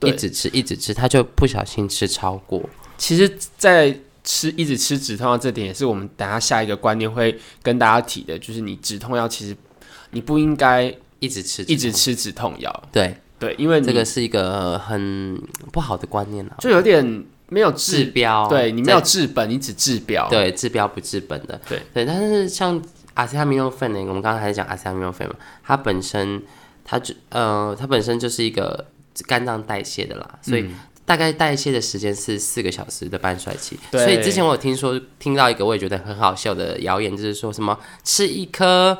Speaker 1: 对
Speaker 2: 一直吃，一直吃，他就不小心吃超过。
Speaker 1: 其实，在吃一直吃止痛药这点，也是我们等下下一个观念会跟大家提的，就是你止痛药其实你不应该
Speaker 2: 一直吃，
Speaker 1: 一直吃止痛药，
Speaker 2: 对，
Speaker 1: 对，因为你
Speaker 2: 这个是一个呃很不好的观念啊，
Speaker 1: 就有点没有治，
Speaker 2: 治标，
Speaker 1: 嗯对你没
Speaker 2: 在
Speaker 1: 有治本，你只治标，
Speaker 2: 对，治标不治本的。
Speaker 1: 对
Speaker 2: 对，但是像阿司他米诺芬呢，我们刚才还讲阿司他米诺芬嘛，它本身它就呃，它本身就是一个肝脏代谢的啦，
Speaker 1: 嗯
Speaker 2: 所以。大概代谢的时间是四个小时的半衰期，
Speaker 1: 对
Speaker 2: 所以之前我有听说听到一个我也觉得很好笑的谣言，就是说什么吃一颗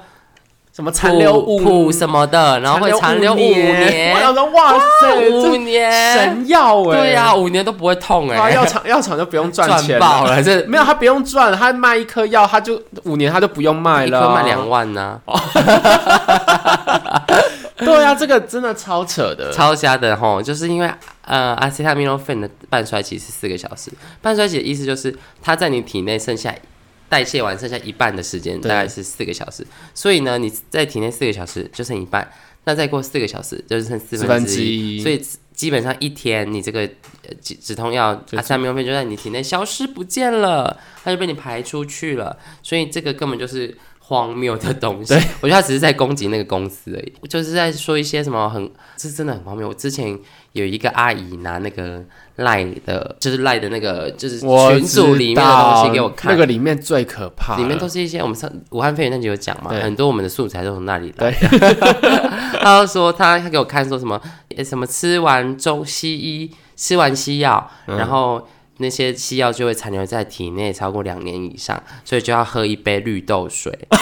Speaker 1: 什么残留
Speaker 2: 普
Speaker 1: 物
Speaker 2: 普什么的，然后会残留
Speaker 1: 五
Speaker 2: 五
Speaker 1: 我
Speaker 2: 年，
Speaker 1: 想说，哇塞，
Speaker 2: 五
Speaker 1: 这
Speaker 2: 年，
Speaker 1: 神药哎，
Speaker 2: 对呀、五年都不会痛
Speaker 1: 啊，
Speaker 2: 哎、
Speaker 1: 药厂药厂就不用赚
Speaker 2: 赚
Speaker 1: 钱
Speaker 2: 爆了，这
Speaker 1: 没有，他不用赚，他卖一颗药，他就五年他就不用卖
Speaker 2: 一
Speaker 1: 了，
Speaker 2: 颗卖两万啊呢、
Speaker 1: 对啊，这个真的超扯的。
Speaker 2: 超瞎的吼，就是因为呃，阿司他米诺芬的半衰期是四个小时，半衰期的意思就是它在你体内剩下代谢完剩下一半的时间，
Speaker 1: 对
Speaker 2: 大概是四个小时，所以呢，你在体内四个小时就剩一半，那再过四个小时就是剩
Speaker 1: 四
Speaker 2: 四分
Speaker 1: 分
Speaker 2: 之
Speaker 1: 之
Speaker 2: 一，
Speaker 1: 一，
Speaker 2: 所以基本上一天你这个呃止止痛药啊
Speaker 1: 就
Speaker 2: 阿司他米诺芬就在你体内消失不见了，它就被你排出去了，所以这个根本就是荒谬的东西。我觉得他只是在攻击那个公司而已，就是在说一些什么很，这真的很荒谬。我之前有一个阿姨拿那个赖的，就是赖的那个就是
Speaker 1: 我
Speaker 2: 群组里面的东西给我看
Speaker 1: 那，个里面最可怕了，
Speaker 2: 里面都是一些我们上武汉肺炎那集有讲嘛，
Speaker 1: 啊对
Speaker 2: 很多我们的素材都从那里来的。 他就说他他给我看说什么诶什么吃完中西医吃完西药，
Speaker 1: 嗯
Speaker 2: 然后那些西药就会残留在体内超过两年以上，所以就要喝一杯绿豆水。
Speaker 1: 哦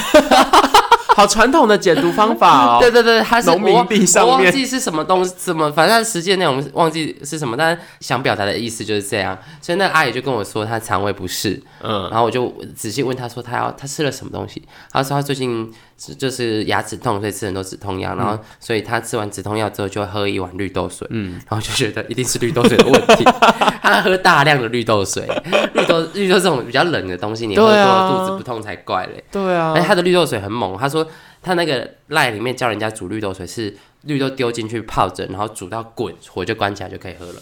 Speaker 1: 好传统的解读方法哦。
Speaker 2: 对对对，他是
Speaker 1: 农民
Speaker 2: 我
Speaker 1: 地上
Speaker 2: 我忘
Speaker 1: 面
Speaker 2: 记是什么东西，什么反正他实际的内容忘记是什么，但是想表达的意思就是这样。所以那个阿姨就跟我说她肠胃不适，
Speaker 1: 嗯，
Speaker 2: 然后我就仔细问他说他要他吃了什么东西，他说他最近是就是牙齿痛，所以吃很多止痛药，然
Speaker 1: 嗯
Speaker 2: 后所以他吃完止痛药之后就会喝一碗绿豆水，嗯，然后就觉得一定是绿豆水的问题， 他喝大量的绿豆水，绿豆绿豆这种比较冷的东西，你喝多
Speaker 1: 对啊
Speaker 2: 了肚子不痛才怪嘞。
Speaker 1: 对啊
Speaker 2: 而且，他的绿豆水很猛，他说他那个赖里面教人家煮绿豆水是绿豆丢进去泡着，然后煮到滚，火就关起来就可以喝了。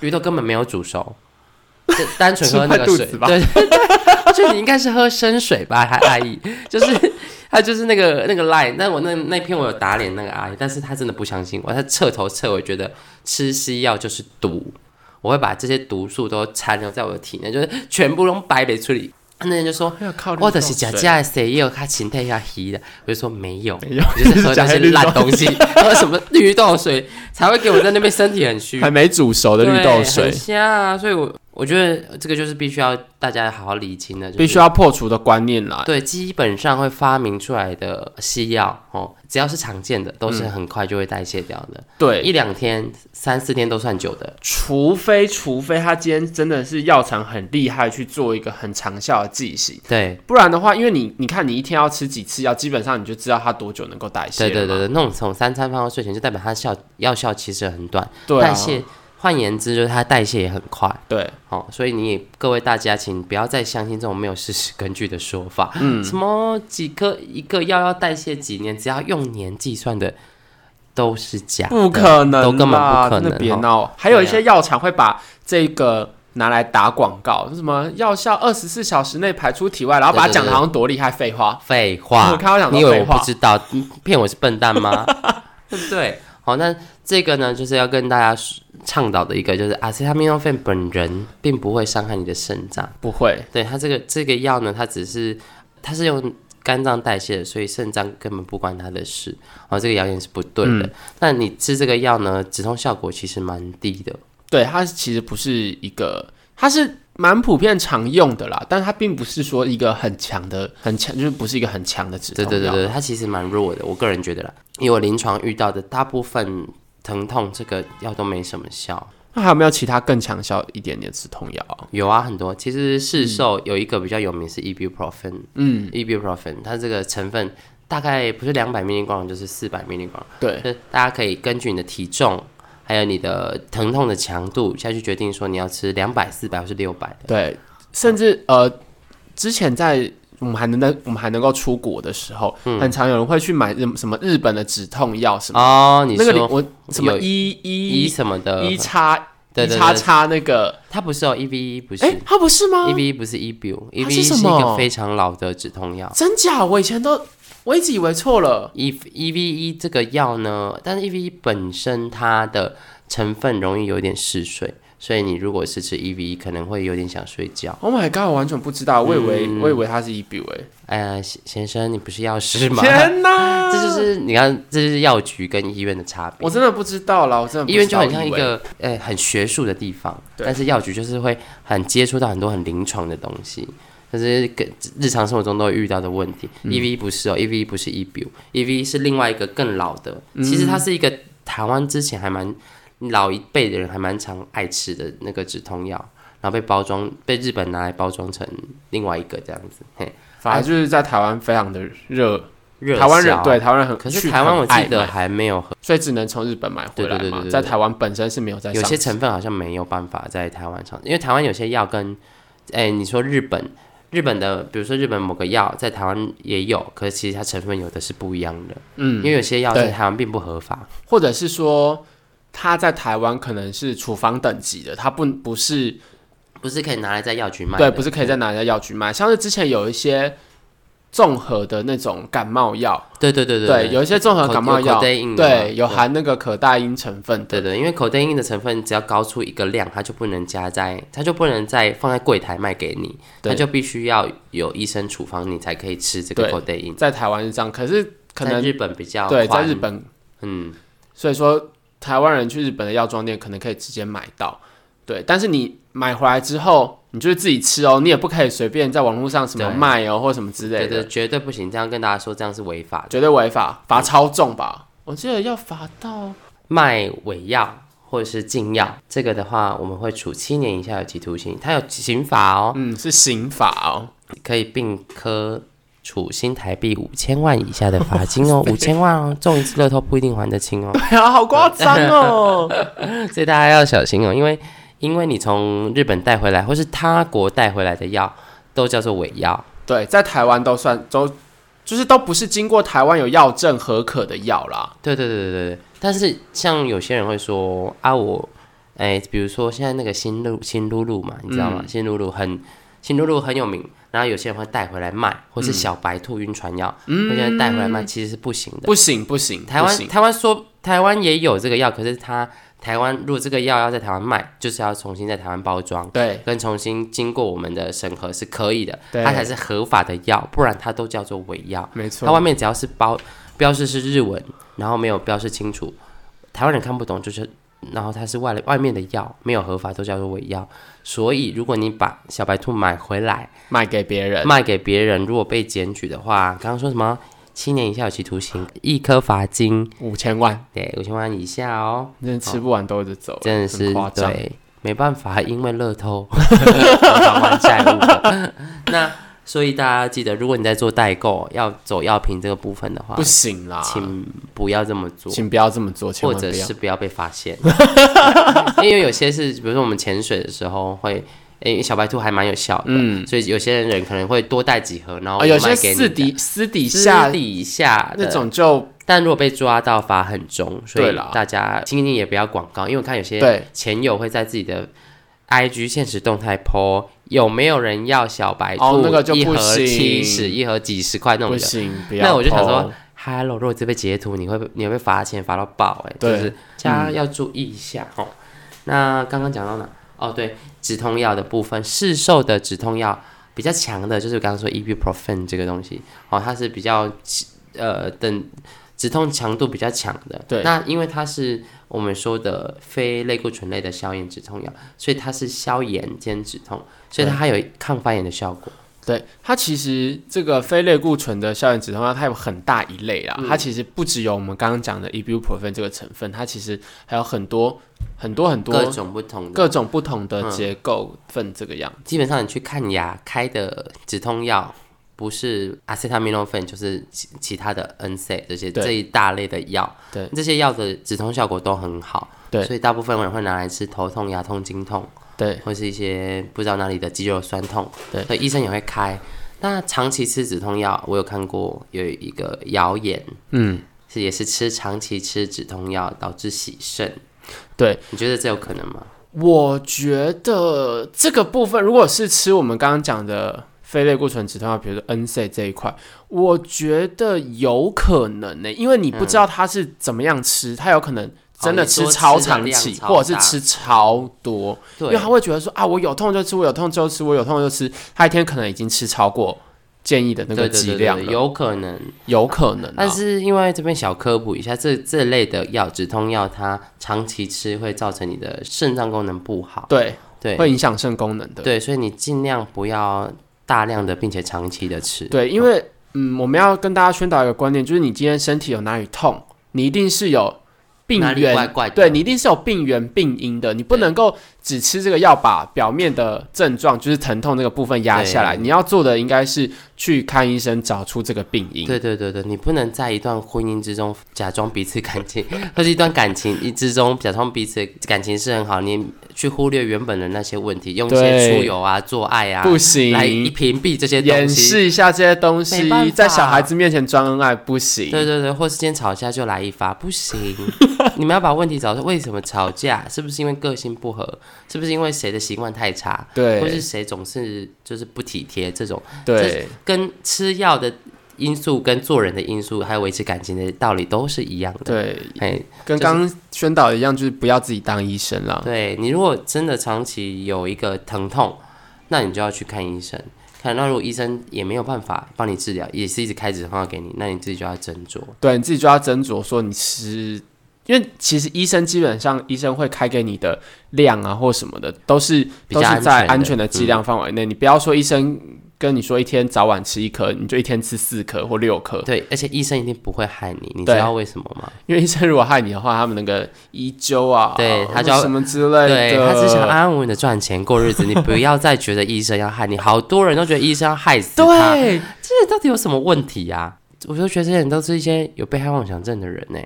Speaker 2: 绿豆根本没有煮熟，就单纯喝那个
Speaker 1: 啊吃坏肚
Speaker 2: 水。
Speaker 1: 子吧
Speaker 2: 对对对，所以你应该是喝生水吧，还阿姨，就是他就是那个那个赖。但我那那篇我有打脸那个阿姨，但是她真的不相信我，她彻头彻尾觉得吃西药就是毒。我会把这些毒素都残留在我的体内，就是全部用白白处理。那人就说：“
Speaker 1: 要靠
Speaker 2: 我就是食食的西药，它形态较虚的。我就说没有，
Speaker 1: 没有
Speaker 2: 我就是喝那些烂 东西，喝什么绿豆水才会给我在那边身体很虚
Speaker 1: 还没煮熟的绿豆
Speaker 2: 对
Speaker 1: 水
Speaker 2: 很，香啊。所以我我觉得这个就是必须要大家好好理清的，就是
Speaker 1: 必须要破除的观念啦。
Speaker 2: 对，基本上会发明出来的西药哦，只要是常见的，都是很快就会代谢掉的，
Speaker 1: 对，
Speaker 2: 一两天、三四天都算久的。
Speaker 1: 除非除非他今天真的是药厂很厉害，去做一个很长效的剂型，
Speaker 2: 对，
Speaker 1: 不然的话，因为你你看你一天要吃几次药，基本上你就知道它多久能够代谢
Speaker 2: 对
Speaker 1: 了
Speaker 2: 对对
Speaker 1: 嘛
Speaker 2: 对，那种从三餐放到睡前，就代表它效药效其实很短，
Speaker 1: 对啊
Speaker 2: 代谢换言之就是它代谢也很快。
Speaker 1: 对，
Speaker 2: 好、所以你也各位大家，请不要再相信这种没有事实根据的说法。嗯，什么几颗一个药要代谢几年，只要用年计算的都是假的，
Speaker 1: 不可能啦，
Speaker 2: 都根本不可
Speaker 1: 真的
Speaker 2: 能
Speaker 1: 别
Speaker 2: 哦
Speaker 1: 闹。还有一
Speaker 2: 对
Speaker 1: 些药厂会把这个拿来打广告，什么药效二十四小时内排出体外，然后把它
Speaker 2: 对对
Speaker 1: 讲的
Speaker 2: 对
Speaker 1: 好像多厉害，废话。
Speaker 2: 废话
Speaker 1: 我，看到想说
Speaker 2: 你以为
Speaker 1: 废
Speaker 2: 我
Speaker 1: 话
Speaker 2: 不知道，嗯骗我是笨蛋 吗？对不对？好，那这个呢，就是要跟大家倡导的一个，就是阿司他命诺芬本人并不会伤害你的肾脏。
Speaker 1: 不会，
Speaker 2: 对它这个这个药呢，它只是它是用肝脏代谢的，所以肾脏根本不关它的事。哦，这个谣言是不对
Speaker 1: 嗯
Speaker 2: 的。那你吃这个药呢，止痛效果其实蛮低的。
Speaker 1: 对它其实不是一个，它是蛮普遍常用的啦，但它并不是说一个很强的、很强，就是不是一个很强的止痛
Speaker 2: 对
Speaker 1: 药。啊
Speaker 2: 对对对，它其实蛮弱的，我个人觉得啦，因为我临床遇到的大部分疼痛这个药都没什么效。
Speaker 1: 那还有没有其他更强效一点点止痛药啊？
Speaker 2: 有啊，很多。其实市售有一个比较有名是 ibuprofen，
Speaker 1: 嗯，
Speaker 2: ibuprofen 它这个成分大概不是两百 milligram 就是四百 milligram，
Speaker 1: 对，
Speaker 2: 就是大家可以根据你的体重，还有你的疼痛的强度下去决定说你要吃两百、四百或是六百的。
Speaker 1: 对，甚至呃，之前在我们还能在我们还能够出国的时候，
Speaker 2: 嗯
Speaker 1: 很常有人会去买什么日本的止痛药什么，
Speaker 2: 哦，你
Speaker 1: 那个里
Speaker 2: 说
Speaker 1: 我什么
Speaker 2: 有
Speaker 1: 一
Speaker 2: 一
Speaker 1: 一
Speaker 2: 什么的？
Speaker 1: 一叉
Speaker 2: 对
Speaker 1: 一
Speaker 2: 对
Speaker 1: 叉
Speaker 2: 对，
Speaker 1: 叉那个，
Speaker 2: 它不是哦，E V 一不是
Speaker 1: 哎，它不是吗
Speaker 2: ，E？V 一不是 E B U，E
Speaker 1: 它
Speaker 2: V
Speaker 1: 是
Speaker 2: 一是
Speaker 1: 什
Speaker 2: 一
Speaker 1: 么
Speaker 2: 个非常老的止痛药。
Speaker 1: 真假？我以前都我一直以为错了。
Speaker 2: E E V 一这个药呢，但是 E V 一本身它的成分容易有点嗜睡，所以你如果是吃 E V 一，可能会有点想睡觉。
Speaker 1: Oh my god！我完全不知道，我以为、
Speaker 2: 嗯
Speaker 1: 我以为它是一比为。
Speaker 2: 呃，先先生，你不是药师吗？
Speaker 1: 天哪！
Speaker 2: 这就是你看，这就是药局跟医院的差别
Speaker 1: 我。真的不知道啦，我真的不
Speaker 2: 医
Speaker 1: 知道
Speaker 2: 院就很像一
Speaker 1: 以为
Speaker 2: 个呃很学术的地方，
Speaker 1: 对
Speaker 2: 但是药局就是会很接触到很多很临床的东西，就是跟日常生活中都会遇到的问题。E
Speaker 1: 嗯
Speaker 2: V 不是哦，E V 不是 E B U，E V 是另外一个更老的，
Speaker 1: 嗯
Speaker 2: 其实它是一个台湾之前还蛮老一辈的人还蛮常爱吃的那个止痛药，然后被包装被日本拿来包装成另外一个这样子。嘿，
Speaker 1: 反正就是在台湾非常的热，
Speaker 2: 热
Speaker 1: 台湾人
Speaker 2: 销
Speaker 1: 对，台湾人很，
Speaker 2: 可是台湾我记
Speaker 1: 去很爱
Speaker 2: 得
Speaker 1: 买，
Speaker 2: 还没有喝，
Speaker 1: 所以只能从日本买回来嘛。
Speaker 2: 对对对对对
Speaker 1: 在台湾本身是没有在
Speaker 2: 有
Speaker 1: 上
Speaker 2: 些成分好像没有办法在台湾上，因为台湾有些药跟，哎、你说日本，日本的，比如说日本某个药在台湾也有，可是其实它成分有的是不一样的，因
Speaker 1: 嗯，
Speaker 2: 为有些药
Speaker 1: 对
Speaker 2: 在台湾并不合法，
Speaker 1: 或者是说他在台湾可能是处方等级的，他不不是
Speaker 2: 不是可以拿来在药局卖的，
Speaker 1: 对，不是可以再拿来药局卖。像是之前有一些综合的那种感冒药，
Speaker 2: 对对对对，
Speaker 1: 有一些综合感冒药，
Speaker 2: Codeine 的嘛
Speaker 1: 对，有含那个可待因成分
Speaker 2: 对
Speaker 1: 的，
Speaker 2: 对，因为口袋因的成分只要高出一个量，它就不能加在，它就不能再放在柜台卖给你，
Speaker 1: 对
Speaker 2: 它就必须要有医生处方，你才可以吃这个
Speaker 1: 对
Speaker 2: 口袋因。
Speaker 1: 在台湾是这样，可是可
Speaker 2: 在
Speaker 1: 能
Speaker 2: 日本比较
Speaker 1: 对，在
Speaker 2: 宽
Speaker 1: 日，本
Speaker 2: 嗯，
Speaker 1: 所以说台湾人去日本的药妆店可能可以直接买到，对。但是你买回来之后，你就是自己吃哦，你也不可以随便在网络上什么
Speaker 2: 对
Speaker 1: 卖哦，或什么之类
Speaker 2: 对
Speaker 1: 的，
Speaker 2: 对，绝对不行！这样跟大家说，这样是违法的。
Speaker 1: 绝对违法，罚超重吧？我记得要罚到
Speaker 2: 卖伪药或者是禁药，这个的话，我们会处七年以下有期徒刑，它有刑法 哦，
Speaker 1: 嗯是刑法哦，
Speaker 2: 可以并科处新台币五千万以下的罚金 哦，五千万哦，中一次乐透不一定还得清哦，
Speaker 1: 哎呀，好夸张哦！
Speaker 2: 所以大家要小心哦，因为因为你从日本带回来或是他国带回来的药，都叫做伪药。
Speaker 1: 对，在台湾都算都就是都不是经过台湾有药证合可的药啦，
Speaker 2: 对对对对对对，但是像有些人会说啊我，哎、比如说现在那个新露新露露嘛，你知道
Speaker 1: 嗯
Speaker 2: 吗？新露露很新露露很有名，然后有些人会带回来卖，或
Speaker 1: 嗯
Speaker 2: 是小白兔晕船药，有些人带回来卖其实是不行的。
Speaker 1: 不行不行，
Speaker 2: 台
Speaker 1: 不
Speaker 2: 湾
Speaker 1: 行
Speaker 2: 台湾说台湾也有这个药，可是它台湾如果这个药要在台湾卖，就是要重新在台湾包装。
Speaker 1: 对
Speaker 2: 跟重新经过我们的审核是可以的，
Speaker 1: 对
Speaker 2: 它才是合法的药，不然它都叫做伪药。
Speaker 1: 没
Speaker 2: 它外
Speaker 1: 错，
Speaker 2: 面只要是包标示是日文，然后没有标示清楚，台湾人看不懂，就是然后它是外外面的药，没有合法都叫做伪药。所以如果你把小白兔买回来
Speaker 1: 卖给别人，
Speaker 2: 卖给别人，如果被检举的话，刚刚说什么七年以下有期徒刑，一颗罚金，
Speaker 1: 五千万，
Speaker 2: 对，五千万以下哦，
Speaker 1: 真的吃不完兜着走，
Speaker 2: 真的是
Speaker 1: 很夸张。
Speaker 2: 对，没办法，因为乐透 偿还债务的。那所以大家记得，如果你在做代购，要走药品这个部分的话，
Speaker 1: 不行啦，
Speaker 2: 请不要这么做，
Speaker 1: 请不要这么做，千
Speaker 2: 或
Speaker 1: 万不
Speaker 2: 者
Speaker 1: 要
Speaker 2: 是。不要被发现， 因为有些是，比如说我们潜水的时候会，诶、小白兔还蛮有效的，
Speaker 1: 嗯
Speaker 2: 所以有些人可能会多带几盒，然后
Speaker 1: 啊，有
Speaker 2: 我卖
Speaker 1: 些
Speaker 2: 给你
Speaker 1: 私
Speaker 2: 的
Speaker 1: 底私底
Speaker 2: 私
Speaker 1: 下
Speaker 2: 底下的
Speaker 1: 那，种就
Speaker 2: 但如果被抓到罚很重，所
Speaker 1: 对
Speaker 2: 以
Speaker 1: 啦
Speaker 2: 大家轻易也不要广告，因为我看有些
Speaker 1: 对
Speaker 2: 前友会在自己的 IG 现实动态 po 有没有人要小白兔，
Speaker 1: 哦那个就
Speaker 2: 一
Speaker 1: 不
Speaker 2: 盒
Speaker 1: 行
Speaker 2: 七十，一盒几十块那种
Speaker 1: 不
Speaker 2: 的，
Speaker 1: 行，不要。
Speaker 2: 那我就想说，，Hello，如果这被截图，你会被你会被罚钱罚到爆哎、欸，
Speaker 1: 对嗯
Speaker 2: 就是大家要注意一下哦。那刚刚讲到哪？哦，对，止痛药的部分，市售的止痛药比较强的，就是我刚刚说 ibuprofen 这个东西哦，它是比较呃等止痛强度比较强的。
Speaker 1: 对
Speaker 2: 那因为它是我们说的非类固醇类的消炎止痛药，所以它是消炎兼止痛，所以它还有抗发炎的效果。
Speaker 1: 对它其实这个非类固醇的消炎止痛药，它有很大一类啦。
Speaker 2: 嗯
Speaker 1: 它其实不只有我们刚刚讲的 ibuprofen 这个成分，它其实还有很多很多很多
Speaker 2: 各种不同的，
Speaker 1: 各种不同的
Speaker 2: 嗯
Speaker 1: 结构分这个样。
Speaker 2: 基本上你去看牙开的止痛药，不是 acetaminophen 就是其其他的 n c 这些
Speaker 1: 对
Speaker 2: 这一大类的药，
Speaker 1: 对
Speaker 2: 这些药的止痛效果都很好，
Speaker 1: 对
Speaker 2: 所以大部分人会拿来吃头痛、牙痛、经痛，
Speaker 1: 对
Speaker 2: 或是一些不知道哪里的肌肉酸痛，
Speaker 1: 对
Speaker 2: 所以医生也会开。那长期吃止痛药，我有看过有一个谣言，
Speaker 1: 嗯，
Speaker 2: 是也是吃长期吃止痛药导致洗肾，
Speaker 1: 对，
Speaker 2: 你觉得这有可能吗？
Speaker 1: 我觉得这个部分如果是吃我们刚刚讲的非类固醇止痛药，比如说 n c 这一块，我觉得有可能呢、欸因为你不知道它是怎么样吃，它有可能。真的
Speaker 2: 哦你说
Speaker 1: 吃
Speaker 2: 吃
Speaker 1: 超
Speaker 2: 的
Speaker 1: 长
Speaker 2: 量
Speaker 1: 期，
Speaker 2: 超
Speaker 1: 或者是
Speaker 2: 大
Speaker 1: 吃超多，
Speaker 2: 对，
Speaker 1: 因为他会觉得说啊，我有痛就吃，我有痛就吃，我有痛就吃。他一天可能已经吃超过建议的那
Speaker 2: 对
Speaker 1: 个
Speaker 2: 对
Speaker 1: 剂
Speaker 2: 对
Speaker 1: 量啊
Speaker 2: 对
Speaker 1: 了，
Speaker 2: 有可能。
Speaker 1: 有可能、啊。
Speaker 2: 但是因为这边小科普一下，这这类的药，止痛药，它长期吃会造成你的肾脏功能不好，
Speaker 1: 对，
Speaker 2: 对
Speaker 1: 会影响肾功能的。
Speaker 2: 对，所以你尽量不要大量的并且长期的吃，
Speaker 1: 对，因为嗯，我们要跟大家宣导一个观念，就是你今天身体有哪里痛，你一定是有病
Speaker 2: 哪里
Speaker 1: 源，
Speaker 2: 怪怪的，
Speaker 1: 对你一定是有病源病因的，你不能够只吃这个药把表面的症状，就是疼痛这个部分压下来。
Speaker 2: 对
Speaker 1: 你要做的应该是去看医生，找出这个病因。
Speaker 2: 对对对对，你不能在一段婚姻之中假装彼此感情， 或是一段感情一之中假装彼此感情是很好，你去忽略原本的那些问题，用一些
Speaker 1: 对
Speaker 2: 出游啊、做爱啊
Speaker 1: 不行，
Speaker 2: 来一屏蔽这些东
Speaker 1: 掩
Speaker 2: 西。
Speaker 1: 饰一下这些东西
Speaker 2: 没办，法
Speaker 1: 在小孩子面前装恩爱不行。
Speaker 2: 对对对，或是今天吵架就来一发，不行，你们要把问题找出为什么吵架，是不是因为个性不合，是不是因为谁的习惯太差，或是
Speaker 1: 对
Speaker 2: 谁总是就是不体贴这种。
Speaker 1: 对
Speaker 2: 跟吃药的因素、跟做人的因素，还有维持感情的道理都是一样的。
Speaker 1: 对，
Speaker 2: 哎，
Speaker 1: 跟刚刚宣导一样，就是不要自己当医生啦。
Speaker 2: 对你如果真的长期有一个疼痛，那你就要去看医生。看，那如果医生也没有办法帮你治疗，也是一直开止痛药给你，那你自己就要斟酌。
Speaker 1: 对，你自己就要斟酌说你吃，因为其实医生基本上医生会开给你的量啊或什么的，都是
Speaker 2: 比较
Speaker 1: 都是在安
Speaker 2: 安
Speaker 1: 全
Speaker 2: 全的嗯
Speaker 1: 的剂量范围内。你不要说医生跟你说一天早晚吃一颗，你就一天吃四颗或六颗，
Speaker 2: 对，而且医生一定不会害你，你知
Speaker 1: 对
Speaker 2: 道为什么吗？
Speaker 1: 因为医生如果害你的话，他们那个医灸啊，
Speaker 2: 对他就要
Speaker 1: 什么之类的，
Speaker 2: 对他只想安安稳稳的赚钱过日子，你不要再觉得医生要害你。好多人都觉得医生要害死他，
Speaker 1: 对
Speaker 2: 这人到底有什么问题啊？我就觉得这些人都是一些有被害妄想症的人呢、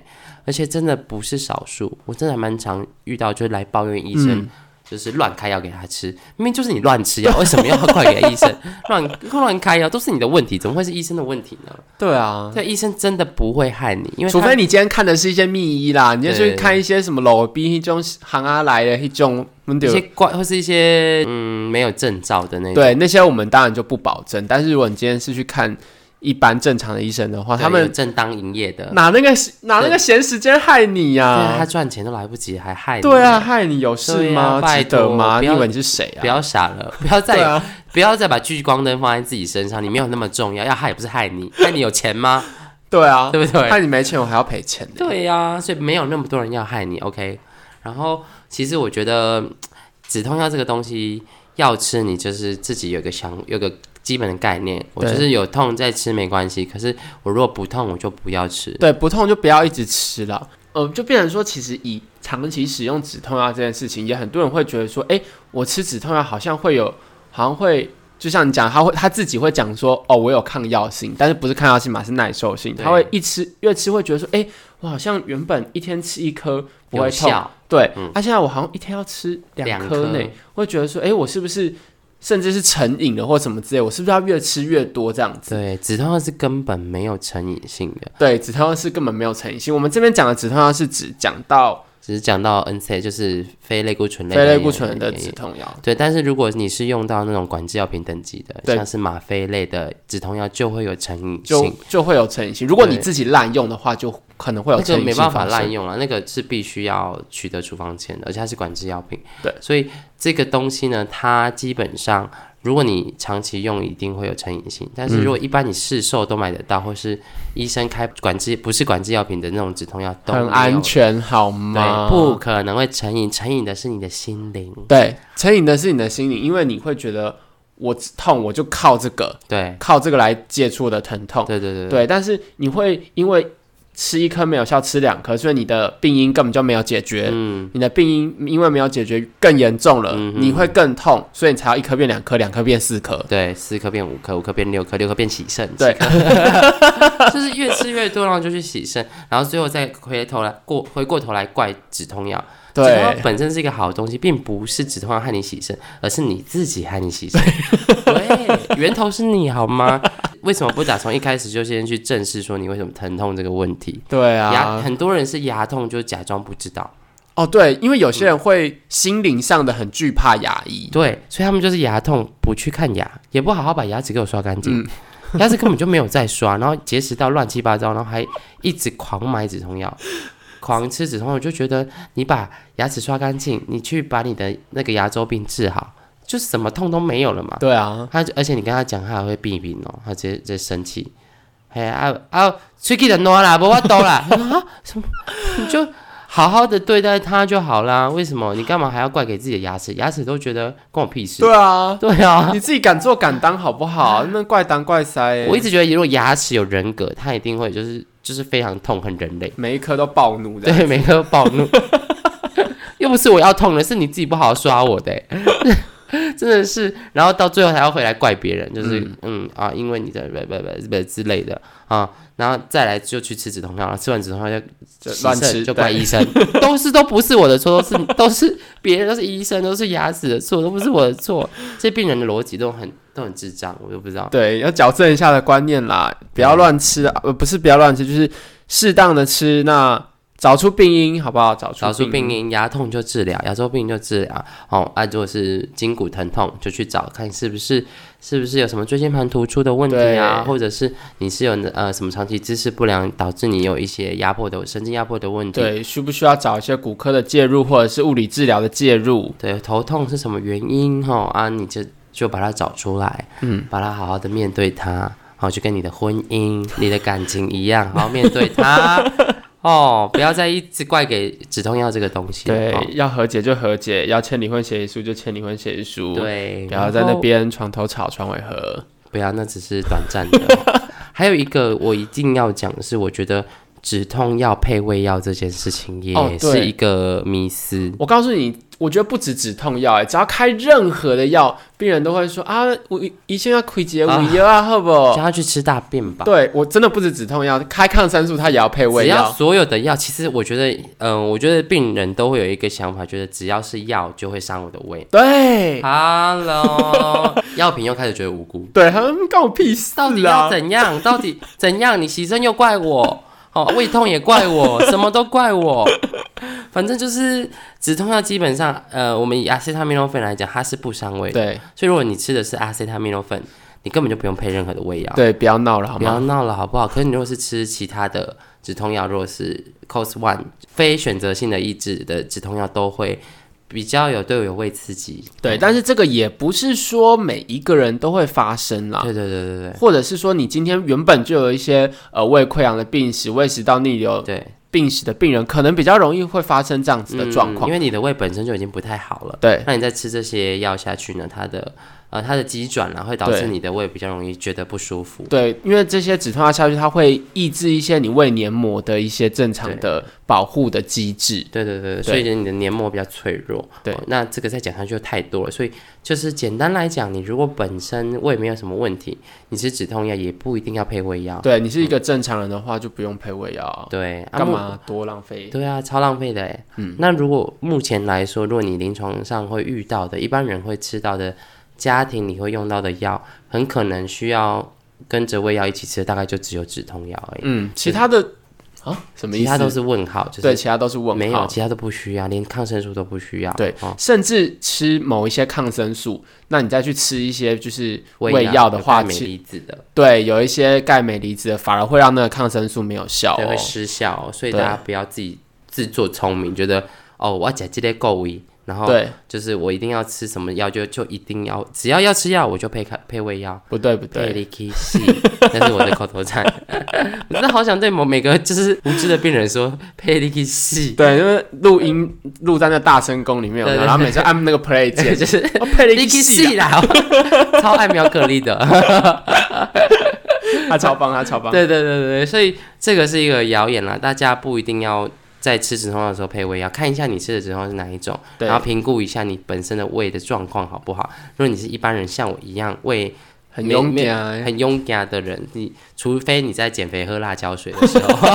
Speaker 2: 而且真的不是少数，我真的还蛮常遇到，就是来抱怨医生、
Speaker 1: 嗯
Speaker 2: 就是乱开药给他吃，明明就是你乱吃药，为什么要怪给医生？ 乱乱开药都是你的问题，怎么会是医生的问题呢？
Speaker 1: 对啊，
Speaker 2: 对，医生真的不会害你，因为
Speaker 1: 除
Speaker 2: 他
Speaker 1: 非你今天看的是一些密医啦，你今天去
Speaker 2: 对
Speaker 1: 看一些什么老逼那种行啊来的那种，嗯
Speaker 2: 一些
Speaker 1: 对
Speaker 2: 怪或是一些嗯没有证照的那种，
Speaker 1: 对那些我们当然就不保证。但是如果你今天是去看一般正常的医生的话，
Speaker 2: 对
Speaker 1: 他
Speaker 2: 有
Speaker 1: 们
Speaker 2: 正当营业的，
Speaker 1: 哪那个哪那个闲时间害你呀、
Speaker 2: 对啊，他赚钱都来不及，还害你，
Speaker 1: 对啊，，害你有事吗？
Speaker 2: 对啊
Speaker 1: 值得吗？
Speaker 2: 拜托不
Speaker 1: 你
Speaker 2: 要
Speaker 1: 以为你是谁啊？
Speaker 2: 不要傻 了，不要再
Speaker 1: 对啊，
Speaker 2: 不要再把聚光灯放在自己身上，你没有那么重要，要害也不是害你，害你有钱 吗？
Speaker 1: 对啊，
Speaker 2: 对不对？
Speaker 1: 害你没钱，我还要赔钱呢。
Speaker 2: 对呀、所以没有那么多人要害你，OK。然后其实我觉得嗯止痛药这个东西要吃，你就是自己有个想有个基本的概念，我
Speaker 1: 对
Speaker 2: 就是有痛再吃没关系，可是我如果不痛我就不要吃。
Speaker 1: 对，不痛就不要一直吃了。呃，就变成说，其实以长期使用止痛药这件事情，也很多人会觉得说，诶，我吃止痛药好像会有，好像会，就像你讲，他会他自己会讲说，哦，我有抗药性，但是不是抗药性嘛，是耐受性。他
Speaker 2: 对
Speaker 1: 会一吃越吃会觉得说，诶，我好像原本一天吃一颗不会
Speaker 2: 有
Speaker 1: 痛，
Speaker 2: 效，
Speaker 1: 对，他、
Speaker 2: 嗯
Speaker 1: 现在我好像一天要吃两
Speaker 2: 两
Speaker 1: 颗
Speaker 2: 颗
Speaker 1: 呢，会觉得说，诶，我是不是甚至是成瘾了或什么之类，我是不是要越吃越多这样子？
Speaker 2: 对，止痛药是根本没有成瘾性的，
Speaker 1: 对，止痛药是根本没有成瘾性。我们这边讲的止痛药是指讲到
Speaker 2: 只是讲到 N C 就是非类固醇类
Speaker 1: 非类
Speaker 2: 的
Speaker 1: 固醇的
Speaker 2: 也
Speaker 1: 止痛药。
Speaker 2: 对，但是如果你是用到那种管制药品等级的，
Speaker 1: 对
Speaker 2: 像是吗啡类的止痛药，就会有成瘾
Speaker 1: 就
Speaker 2: 性，
Speaker 1: 就会有成瘾性，如果你
Speaker 2: 对
Speaker 1: 自己滥用的话，就可能会有
Speaker 2: 那
Speaker 1: 成
Speaker 2: 个
Speaker 1: 瘾性
Speaker 2: 没办法
Speaker 1: 发生
Speaker 2: 滥用了，那个是必须要取得处方签的，而且它是管制药品。
Speaker 1: 对，
Speaker 2: 所以这个东西呢，它基本上如果你长期用，一定会有成瘾性。
Speaker 1: 嗯
Speaker 2: 但是如果一般你市售都买得到，或是医生开管制不是管制药品的那种止痛药，都
Speaker 1: 很
Speaker 2: 没有
Speaker 1: 安。全好吗？
Speaker 2: 对，不，可能会成瘾，成瘾的是你的心灵。
Speaker 1: 对，成瘾的是你的心理，因为你会觉得我痛我就靠这个，
Speaker 2: 对
Speaker 1: 靠这个来解除我的疼痛。
Speaker 2: 对对对
Speaker 1: 对，但是你会因为吃一颗没有效，吃两颗，所以你的病因根本就没有解决，
Speaker 2: 嗯，
Speaker 1: 你的病因因为没有解决更严重了，
Speaker 2: 嗯哼
Speaker 1: 你会更痛，所以你才要一颗变两颗，两颗变四颗。
Speaker 2: 对，四颗变五颗，五颗变六颗，六颗变喜肾，
Speaker 1: 对
Speaker 2: 几颗， 就是越吃越多，然后就去喜肾，然后最后再回头来过回过头来怪止痛药。止痛药
Speaker 1: 对，
Speaker 2: 本身是一个好东西，并不是止痛药害你洗肾，而是你自己害你洗肾。 对，源头是你好吗？为什么不打从一开始就先去正视说你为什么疼痛这个问题？
Speaker 1: 对
Speaker 2: 牙
Speaker 1: 啊，
Speaker 2: 很多人是牙痛就假装不知道，
Speaker 1: 哦对，因为有些人会心灵上的很惧怕牙医，
Speaker 2: 对，所以他们就是牙痛不去看牙，也不好好把牙齿给我刷干净， 牙齿根本就没有在刷，然后结石到乱七八糟，然后还一直狂买止痛药，狂吃止痛药，我就觉得你把牙齿刷干净，你去把你的那个牙周病治好，就什么痛都没有了嘛。
Speaker 1: 对啊，
Speaker 2: 他就而且你跟他讲，他还会避一避哦，他直接直接生气。嘿啊啊，喙齿就烂啦，无法度啦 啊，什么你就好好的对待他就好啦。为什么你干嘛还要怪给自己的牙齿？牙齿都觉得关我屁事。
Speaker 1: 对啊，
Speaker 2: 对啊，
Speaker 1: 你自己敢做敢当好不好？那怪当怪塞、欸，
Speaker 2: 我一直觉得如果牙齿有人格，他一定会就是就是非常痛恨人类，
Speaker 1: 每一颗都暴怒的。
Speaker 2: 对每个都暴怒。 又不是我要痛的，是你自己不好好刷我的欸、 真的是。然后到最后还要回来怪别人，就是嗯啊，因为你的不不不不之类的啊，然后再来就去吃止痛药，然后吃完止痛药就
Speaker 1: 就
Speaker 2: 洗
Speaker 1: 乱
Speaker 2: 肾
Speaker 1: 吃
Speaker 2: 就怪
Speaker 1: 对
Speaker 2: 医生，都是都不是我的错，都是都是别人，都是医生，都是牙齿的错，都不是我的错。这些病人的逻辑都很都很智障，我都不知道。
Speaker 1: 对，要矫正一下的观念啦，不要乱吃啊，呃，不是不要乱吃，就是适当的吃，那找出病因好不好？找出
Speaker 2: 少数病
Speaker 1: 因，
Speaker 2: 因，牙痛就治疗，牙周病就治疗。哦，啊，如果是筋骨疼痛，就去找看是不是是不是有什么椎间盘突出的问题啊，
Speaker 1: 对
Speaker 2: 或者是你是有呃什么长期姿势不良导致你有一些压迫的神经压迫的问题。
Speaker 1: 对，需不需要找一些骨科的介入，或者是物理治疗的介入？
Speaker 2: 对，头痛是什么原因？哈、啊，你就就把它找出来，嗯，把它好好的面对它，好、就跟你的婚姻、你的感情一样，好好面对 它。哦，不要再一直怪给止痛药这个东西。
Speaker 1: 对，
Speaker 2: 哦
Speaker 1: 要和解就和解，要签离婚协议书就签离婚协议书，，
Speaker 2: 对，
Speaker 1: 不要在
Speaker 2: 然
Speaker 1: 那
Speaker 2: 后
Speaker 1: 边床头吵床尾和。
Speaker 2: 不要，那只是短暂的哦。 还有一个我一定要讲的是，我觉得止痛药配胃药这件事情
Speaker 1: 哦
Speaker 2: 也
Speaker 1: 对
Speaker 2: 是一个迷思。
Speaker 1: 我告诉你，我觉得不止止痛药、欸，只要开任何的药，病人都会说啊，我医生要开解我药啊，好不
Speaker 2: 叫
Speaker 1: 好？
Speaker 2: 他去吃大便吧。
Speaker 1: 对我真的不止止痛药，开抗生素它也要配
Speaker 2: 只
Speaker 1: 胃
Speaker 2: 要
Speaker 1: 药。
Speaker 2: 所有的药，其实我觉得，嗯、我觉得病人都会有一个想法，觉得只要是药就会伤我的 胃。
Speaker 1: 对，
Speaker 2: Hello，药品又开始觉得无辜，
Speaker 1: 对他们干我屁事
Speaker 2: 到底要
Speaker 1: 啊！
Speaker 2: 怎样？ 到底怎样？你牺牲又怪我， 哦，胃痛也怪我，什么都怪我。反正就是止痛药，基本上，呃，我们以阿司他命诺芬来讲，它是不伤胃的。
Speaker 1: 对
Speaker 2: 所以如果你吃的是阿司他命诺芬，你根本就不用配任何的胃药。
Speaker 1: 对，不要闹了好
Speaker 2: 不要
Speaker 1: 吗？
Speaker 2: 闹了好不好？可是你如果是吃其他的止痛药，如果是 cos one 非选择性的抑制的止痛药，都会比较有对我有胃刺激。
Speaker 1: 对，但是这个也不是说每一个人都会发生啦，
Speaker 2: 对对对对对
Speaker 1: 或者是说你今天原本就有一些呃胃溃疡的病史、胃食道逆流
Speaker 2: 对
Speaker 1: 病史的病人，可能比较容易会发生这样子的状
Speaker 2: 嗯
Speaker 1: 况。
Speaker 2: 因为你的胃本身就已经不太好了，
Speaker 1: 对
Speaker 2: 那你再吃这些药下去呢，它的呃它的急转啊，会导致
Speaker 1: 对
Speaker 2: 你的胃比较容易觉得不舒服。
Speaker 1: 对，因为这些止痛药下去，它会抑制一些你胃黏膜的一些正常的保护的机制。
Speaker 2: 对对对，对所以你的黏膜比较脆弱。
Speaker 1: 对
Speaker 2: 哦那这个再讲下去就太多了，所以就是简单来讲，你如果本身胃没有什么问题，你吃止痛药也不一定要配胃药。
Speaker 1: 对你是一个正常人的话，就不用配胃药嗯啊，
Speaker 2: 对，啊
Speaker 1: 干？
Speaker 2: 目
Speaker 1: 嘛多浪费？
Speaker 2: 对啊，超浪费的哎。嗯，那如果目前来说，如果你临床上会遇到的，一般人会吃到的，家庭你会用到的药，很可能需要跟着胃药一起吃，大概就只有止痛药而已。
Speaker 1: 嗯，其他的啊，什么意
Speaker 2: 其
Speaker 1: 思？
Speaker 2: 他都是问号，就是
Speaker 1: 对，其他都是问号。
Speaker 2: 没有，其他都不需要，连抗生素都不需要。
Speaker 1: 对
Speaker 2: 哦，
Speaker 1: 甚至吃某一些抗生素，那你再去吃一些就是胃
Speaker 2: 药
Speaker 1: 药的话，
Speaker 2: 有钙镁
Speaker 1: 其
Speaker 2: 离子的，
Speaker 1: 对有一些钙镁离子的反而会让那个抗生素没有效、
Speaker 2: 对，会
Speaker 1: 哦。
Speaker 2: 失效哦、所以
Speaker 1: 对
Speaker 2: 大家不要自己自作聪明，觉得哦，我要吃这个够胃，然后
Speaker 1: 对，
Speaker 2: 就是我一定要吃什么药就就一定要，只要要吃药我就配开配胃药。
Speaker 1: 不对不
Speaker 2: 对，
Speaker 1: 对，
Speaker 2: 力气细， 那是我的口头禅。 我真的好想对某每个就是无知的病人说，佩力气细，
Speaker 1: 对，因为录音录在那大声公里面有没有，
Speaker 2: 对对
Speaker 1: 然后每次按那个 play 键，
Speaker 2: 就是
Speaker 1: 我配了一
Speaker 2: 力气
Speaker 1: 个戏
Speaker 2: 细啦，哦 超爱苗可丽的。
Speaker 1: 啊，他超棒，他超棒，
Speaker 2: 对对对对，所以这个是一个谣言啦，大家不一定要在吃止痛药的时候配胃药，看一下你吃的止痛药是哪一种，
Speaker 1: 对
Speaker 2: 然后评估一下你本身的胃的状况好不好。如果你是一般人，像我一样胃
Speaker 1: 很
Speaker 2: 没
Speaker 1: 勇
Speaker 2: 没
Speaker 1: 敢啊，
Speaker 2: 很勇敢的人，你除非你在减肥喝辣椒水的时 候，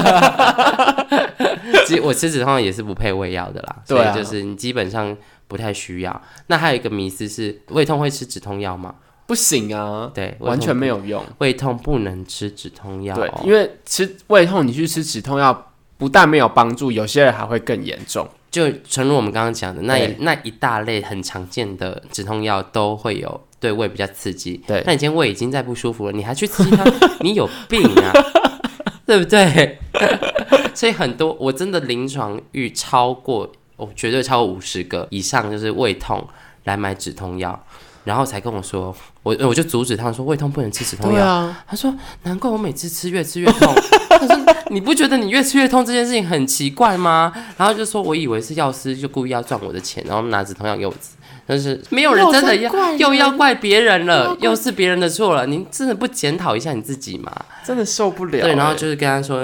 Speaker 2: 其实我吃止痛药也是不配胃药的啦，
Speaker 1: 对啊
Speaker 2: 所以就是你基本上不太需要。那还有一个迷思是，胃痛会吃止痛药吗？
Speaker 1: 不行啊，
Speaker 2: 对，胃
Speaker 1: 完全
Speaker 2: 痛
Speaker 1: 没有用。
Speaker 2: 胃痛不能吃止痛药、
Speaker 1: 对
Speaker 2: 哦，，
Speaker 1: 因为吃胃痛，你去吃止痛药，不但没有帮助，有些人还会更严重。
Speaker 2: 就诚如我们刚刚讲的，那一
Speaker 1: 对
Speaker 2: 那一大类很常见的止痛药都会有对胃比较刺激。
Speaker 1: 对
Speaker 2: 那你今天胃已经在不舒服了，你还去吃 它，你有病啊， 对不对？ 所以很多我真的临床遇超过，我、绝对超过五十个以上，就是胃痛来买止痛药，然后才跟我说，我我就阻止他们说胃痛不能吃止痛药。
Speaker 1: 啊，
Speaker 2: 他说：“难怪我每次吃越吃越痛。” 他说：“你不觉得你越吃越痛这件事情很奇怪吗？”然后就说：“我以为是药师就故意要赚我的钱，然后拿止痛药给我吃。”但是没有人真的
Speaker 1: 又在怪
Speaker 2: 要
Speaker 1: 人
Speaker 2: 又要怪别人了，又是别人的错了。你真的不检讨一下你自己吗？
Speaker 1: 真的受不了欸。
Speaker 2: 对，然后就是跟他说，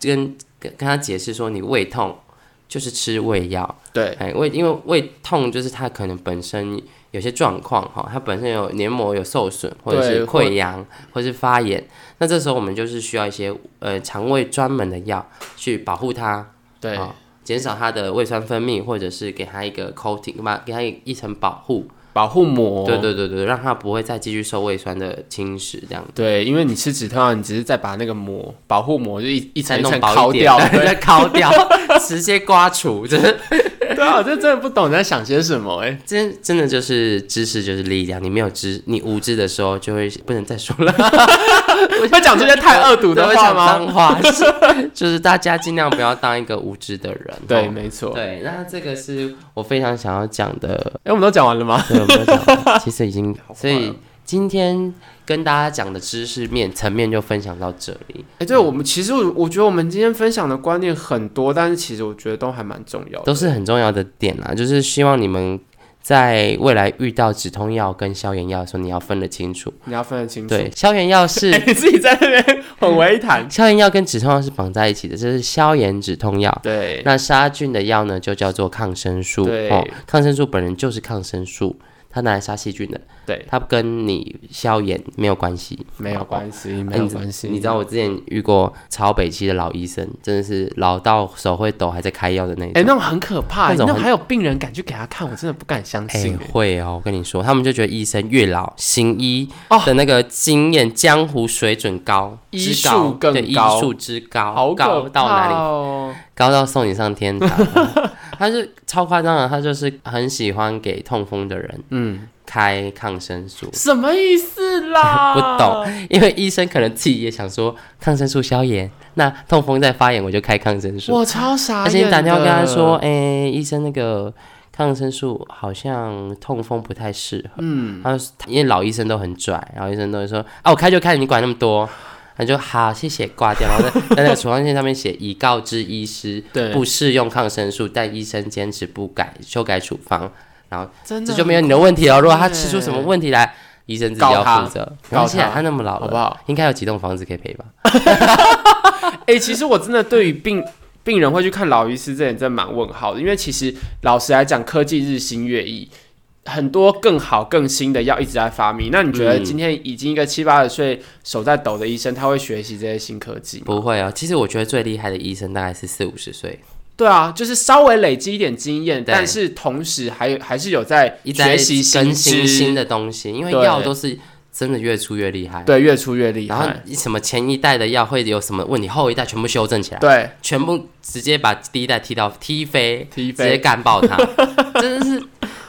Speaker 2: 跟跟跟他解释说，你胃痛就是吃胃药，
Speaker 1: 对
Speaker 2: 哎，胃因为胃痛就是它可能本身有些状况哈，它本身有黏膜有受损，或者是
Speaker 1: 对或
Speaker 2: 溃疡，或者是发炎。那这时候我们就是需要一些呃肠胃专门的药去保护它，
Speaker 1: 对
Speaker 2: 好减少它的胃酸分泌，或者是给它一个 coating，把给它一层保护。
Speaker 1: 保护膜，
Speaker 2: 对对对对，让它不会再继续受胃酸的侵蚀，这样
Speaker 1: 对因为你吃止痛药，你只是在把那个膜保护膜就一一层
Speaker 2: 再
Speaker 1: 一
Speaker 2: 弄
Speaker 1: 层
Speaker 2: 薄
Speaker 1: 敲
Speaker 2: 一点
Speaker 1: 掉。，
Speaker 2: 再敲掉，直接刮除，就是
Speaker 1: 对对啊，我就真的不懂你在想些什么哎。
Speaker 2: 真真的就是知识就是力量，你没有知，你无知的时候就会不能再说了，
Speaker 1: 会讲这些太恶毒的
Speaker 2: 都会
Speaker 1: 话
Speaker 2: 讲
Speaker 1: 吗？
Speaker 2: 脏话，是 就是大家尽量不要当一个无知的人。
Speaker 1: 对，
Speaker 2: 哦
Speaker 1: 没错。
Speaker 2: 对，那这个是我非常想要讲的，
Speaker 1: 哎，我们都讲完了吗？
Speaker 2: 对，我没有讲完，其实已经，
Speaker 1: 好快哦
Speaker 2: 所以今天跟大家讲的知识面层面就分享到这里，
Speaker 1: 哎，对我们其实我我觉得我们今天分享的观念很多，但是其实我觉得都还蛮重要的。
Speaker 2: 都是很重要的点啦，就是希望你们。在未来遇到止痛药跟消炎药的时候，你要分得清楚。
Speaker 1: 你要分得清楚。
Speaker 2: 对，消炎药是
Speaker 1: 哎， 你自己在那边混为一谈。
Speaker 2: 消炎药跟止痛药是绑在一起的，这是消炎止痛药。
Speaker 1: 对，
Speaker 2: 那杀菌的药呢，就叫做抗生素。
Speaker 1: 对
Speaker 2: 哦，抗生素本人就是抗生素，它拿来杀细菌的。
Speaker 1: 对，
Speaker 2: 它跟你消炎没有关系，
Speaker 1: 没有
Speaker 2: 系。
Speaker 1: 关系，没有关系。
Speaker 2: 哎你知道我之前遇过超北七的老医生，真的是老到手会抖，还在开药的那种。
Speaker 1: 哎、那种很可怕、
Speaker 2: 那
Speaker 1: 那
Speaker 2: 种
Speaker 1: 种
Speaker 2: 很
Speaker 1: 还有病人敢去给他看，我真的不敢相
Speaker 2: 哎、
Speaker 1: 信、
Speaker 2: 会哦，我跟你说，他们就觉得医生越老，行医
Speaker 1: 哦
Speaker 2: 的那个经验、江湖水准高，
Speaker 1: 医
Speaker 2: 之高
Speaker 1: 术更
Speaker 2: 对，医
Speaker 1: 高
Speaker 2: 术之高，
Speaker 1: 好可怕、
Speaker 2: 高
Speaker 1: 哦、
Speaker 2: 到哪里高到送你上天堂， 他是超夸张的，他就是很喜欢给痛风的人
Speaker 1: 嗯，
Speaker 2: 开抗生素，
Speaker 1: 什么意思啦？
Speaker 2: 不 懂。因为医生可能自己也想说抗生素消炎，那痛风再发炎我就开抗生素。
Speaker 1: 我超傻眼。
Speaker 2: 而且你打电话跟他说，，哎、医生那个抗生素好像痛风不太适合，嗯，他就因为老医生都很拽，然后医生都会说，啊，我开就开，你管那么多。他就好，谢谢，挂掉。然后在在那个处方线上面写已告知医师，
Speaker 1: 对，
Speaker 2: 不适用抗生素，但医生坚持不改修改处方，
Speaker 1: 真
Speaker 2: 这
Speaker 1: 的
Speaker 2: 就没有你的问题了。如果他吃出
Speaker 1: 耶
Speaker 2: 什么问题来，医生自己要
Speaker 1: 告他
Speaker 2: 负责。
Speaker 1: 告
Speaker 2: 而且
Speaker 1: 他
Speaker 2: 他那么老
Speaker 1: 好不
Speaker 2: 了，
Speaker 1: 好？
Speaker 2: 应该有几栋房子可以赔吧？
Speaker 1: 哎、其实我真的对于病病人会去看老医师这点真的蛮问号的，因为其实老实来讲，科技日新月异，很多更好更新的药一直在发明。那你觉得
Speaker 2: 嗯
Speaker 1: 今天已经一个七八十岁手在抖的医生，他会学习这些新科技吗？
Speaker 2: 不会哦。其实我觉得最厉害的医生大概是四五十岁，
Speaker 1: 对啊，就是稍微累积一点经验，
Speaker 2: 对
Speaker 1: 但是同时还有还是有在
Speaker 2: 一直在
Speaker 1: 学习新
Speaker 2: 更新
Speaker 1: 知，
Speaker 2: 新的东西，因为
Speaker 1: 对
Speaker 2: 药都是真的越出越厉害。
Speaker 1: 对，越出越厉
Speaker 2: 然后
Speaker 1: 害。
Speaker 2: 什么前一代的药会有什么问题，后一代全部修正起来，
Speaker 1: 对，
Speaker 2: 全部直接把第一代踢到踢飞，
Speaker 1: 踢
Speaker 2: 直接
Speaker 1: 飞，
Speaker 2: 干爆 他，真的是。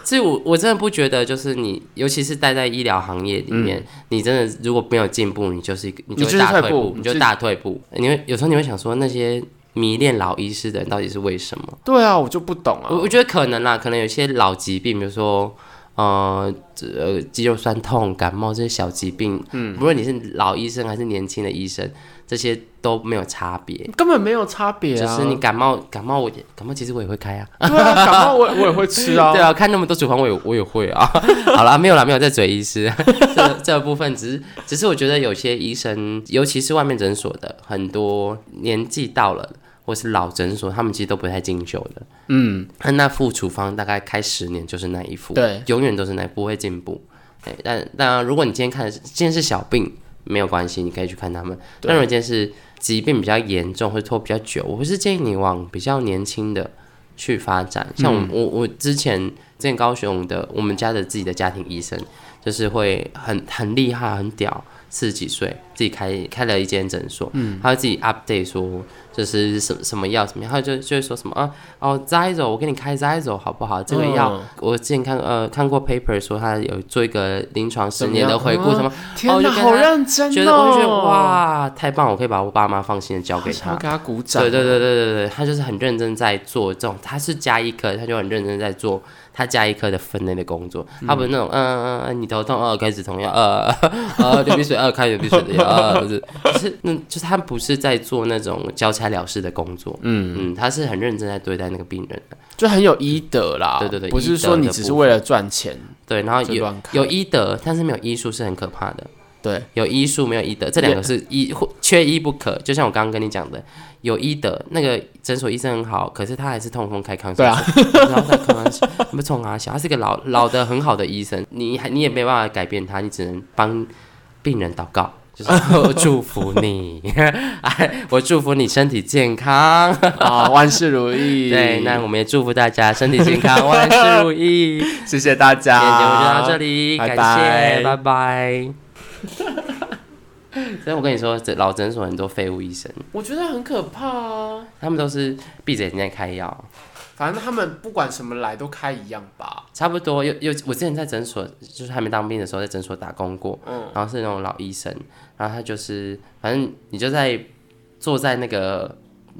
Speaker 2: 所以我，我真的不觉得，就是你，尤其是待在医疗行业里面，你真的嗯如果没有进步，你就是一个，你
Speaker 1: 你
Speaker 2: 就
Speaker 1: 就是
Speaker 2: 会大
Speaker 1: 退
Speaker 2: 退
Speaker 1: 步
Speaker 2: 步，你
Speaker 1: 你
Speaker 2: 就
Speaker 1: 就
Speaker 2: 大退步。你会有时候你会想说，那些迷恋老医师的人到底是为什么？
Speaker 1: 对啊，我就不懂啊。
Speaker 2: 我我觉得可能啦，可能有些老疾病，比如说。呃，这呃，肌肉酸痛、感冒这些小疾病，嗯，无论你是老医生还是年轻的医生，这些都没有差别，
Speaker 1: 根本没有差别
Speaker 2: 只
Speaker 1: 啊。
Speaker 2: 是你感冒，感冒我也感冒，其实我也会开啊，
Speaker 1: 对啊，感冒我也我也会吃啊。
Speaker 2: 对啊，看那么多处方，我也我也会啊。 好啦，没有啦，没有在嘴医师 这这部分，只是只是我觉得有些医生，尤其是外面诊所的，很多年纪到了或是老诊所，他们其实都不太进修的。嗯，那副处方大概开十年就是那一副，
Speaker 1: 对，
Speaker 2: 永远都是那不会进步。哎，但但如果你今天看的是今天是小病，没有关系，你可以去看他们。
Speaker 1: 对
Speaker 2: 但如果今天是疾病比较严重或者拖比较久，我是建议你往比较年轻的去发展。
Speaker 1: 嗯
Speaker 2: 像我、我我之前之前高雄的我们家的自己的家庭医生，就是会很很厉害很屌。四十几岁自己开开了一间诊所，嗯，他会自己 update 说就是什什么药什么药，他就就会说什么啊哦 z y z o 我给你开 z y z o 好不好？这个药、
Speaker 1: 嗯
Speaker 2: 我之前看呃看过 paper 说他有做一个临床十
Speaker 1: 怎么
Speaker 2: 年的
Speaker 1: 样
Speaker 2: 回顾
Speaker 1: 啊
Speaker 2: 什么，
Speaker 1: 天
Speaker 2: 哦
Speaker 1: 哪，
Speaker 2: 就跟
Speaker 1: 好
Speaker 2: 他
Speaker 1: 认真哦！
Speaker 2: 觉得我就觉得，哇太棒，我可以把我爸妈放心的交给
Speaker 1: 好想
Speaker 2: 他
Speaker 1: 要。给他鼓掌。
Speaker 2: 对对对对对对，他就是很认真在做这种，他是加医科，他就很认真在做他加医科的分类的工作，他不是那种嗯嗯嗯，你头痛呃开止痛药呃呃流鼻水呃开流鼻水的药呃，不是，就是那就是他不是在做那种交差了事的工作，嗯嗯，他是很认真在对待那个病人的，
Speaker 1: 就很有医德啦。
Speaker 2: 对对对
Speaker 1: 不是说你只是为了赚钱
Speaker 2: 对，然后
Speaker 1: 就
Speaker 2: 有
Speaker 1: 乱开。
Speaker 2: 有医德，但是没有医术是很可怕的。
Speaker 1: 对，
Speaker 2: 有医术没有医德，这两个是医或缺一不可。就像我刚刚跟你讲的，有医德，那个诊所医生很好，可是他还是痛风开抗生素，然后他开抗生素，不冲啊小，他是个老老的很好的医生，你还你也没办法改变他，你只能帮病人祷告。就是我祝福你， 哎，我祝福你身体健康。
Speaker 1: 啊，万事如意。
Speaker 2: 对，那我们也祝福大家身体健康，万事如意。今
Speaker 1: 谢谢大家。
Speaker 2: 天节目就到这里，
Speaker 1: 拜
Speaker 2: 感
Speaker 1: 拜
Speaker 2: 谢，拜拜。 所以我跟你说，这老诊所很多废物医生，
Speaker 1: 我觉得很可怕啊。
Speaker 2: 他们都是闭着眼睛在开药，
Speaker 1: 反正他们不管什么来都开一样吧。
Speaker 2: 差不多。有有，我之前在诊所，就是还没当兵的时候，在诊所打工过，
Speaker 1: 嗯，
Speaker 2: 然后是那种老医生，然后他就是，反正你就在坐在那个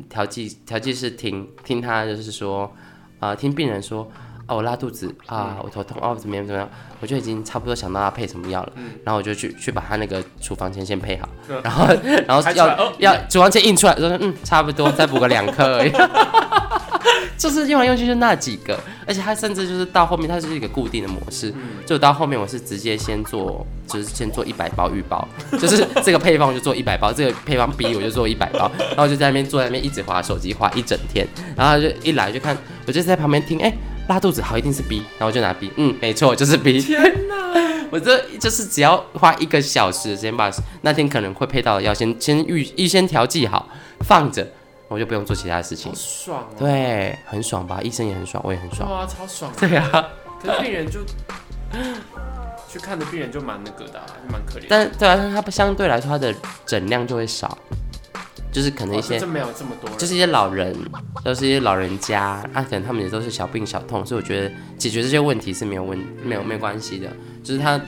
Speaker 2: 调剂调剂室听听他就是说，啊、听病人说，哦，我拉肚子啊，我头痛哦，怎么样怎么样，我就已经差不多想到他配什么药了，
Speaker 1: 嗯
Speaker 2: 然后我就去去把他那个处方签先配好，然后然后
Speaker 1: 开出
Speaker 2: 要、
Speaker 1: 来哦
Speaker 2: 要处方签印出来，说嗯差不多，再补个两 颗而已。 就是用来用去就那几个，而且它甚至就是到后面它就是一个固定的模式，
Speaker 1: 嗯
Speaker 2: 就到后面我是直接先做，就是先做一百包预包， 就是这个配方我就做一百包，这个配方 B 我就做一百包，然后我就在那边坐在那边一直划手机划一整天，然后就一来就看，我就在旁边听，哎、拉肚子好一定是 B，然后我就拿 B，嗯，没错就是 B。
Speaker 1: 天哪！
Speaker 2: 我这就是只要花一个小时的时间把那天可能会配到的药先先预预先调剂好，放着，我就不用做其他的事情
Speaker 1: 好。爽啊！
Speaker 2: 对，很爽吧？医生也很爽，我也很
Speaker 1: 对
Speaker 2: 爽。
Speaker 1: 啊，超爽 啊。
Speaker 2: 对啊，
Speaker 1: 可是病人就 去看的病人就蛮那个的、啊，就蛮可怜的。
Speaker 2: 但对啊，但是它相对来说它的诊量就会少，就是可能一些
Speaker 1: 哦、这没有这么多人，
Speaker 2: 就是一些老人，都是一些老人家，啊，可能他们也都是小病小痛，所以我觉得解决这些问题是没有问没有没有关系的，就是他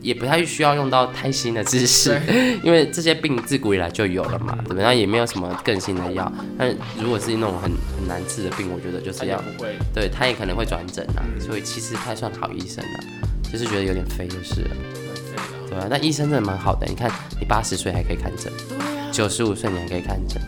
Speaker 2: 也不太需要用到太新的知识， 因为这些病自古以来就有了嘛，对不对？那也没有什么更新的药，但如果是那种很很难治的病，我觉得就是
Speaker 1: 他也
Speaker 2: 要
Speaker 1: 不会。
Speaker 2: 对他也可能会转诊啊，所以其实他算好医生啊，就是觉得有点飞就是了。
Speaker 1: 对
Speaker 2: 对啊，那医生真的蛮好的。你看，你八十岁还可以看诊，
Speaker 1: 啊，
Speaker 2: 九十五岁你还可以看诊。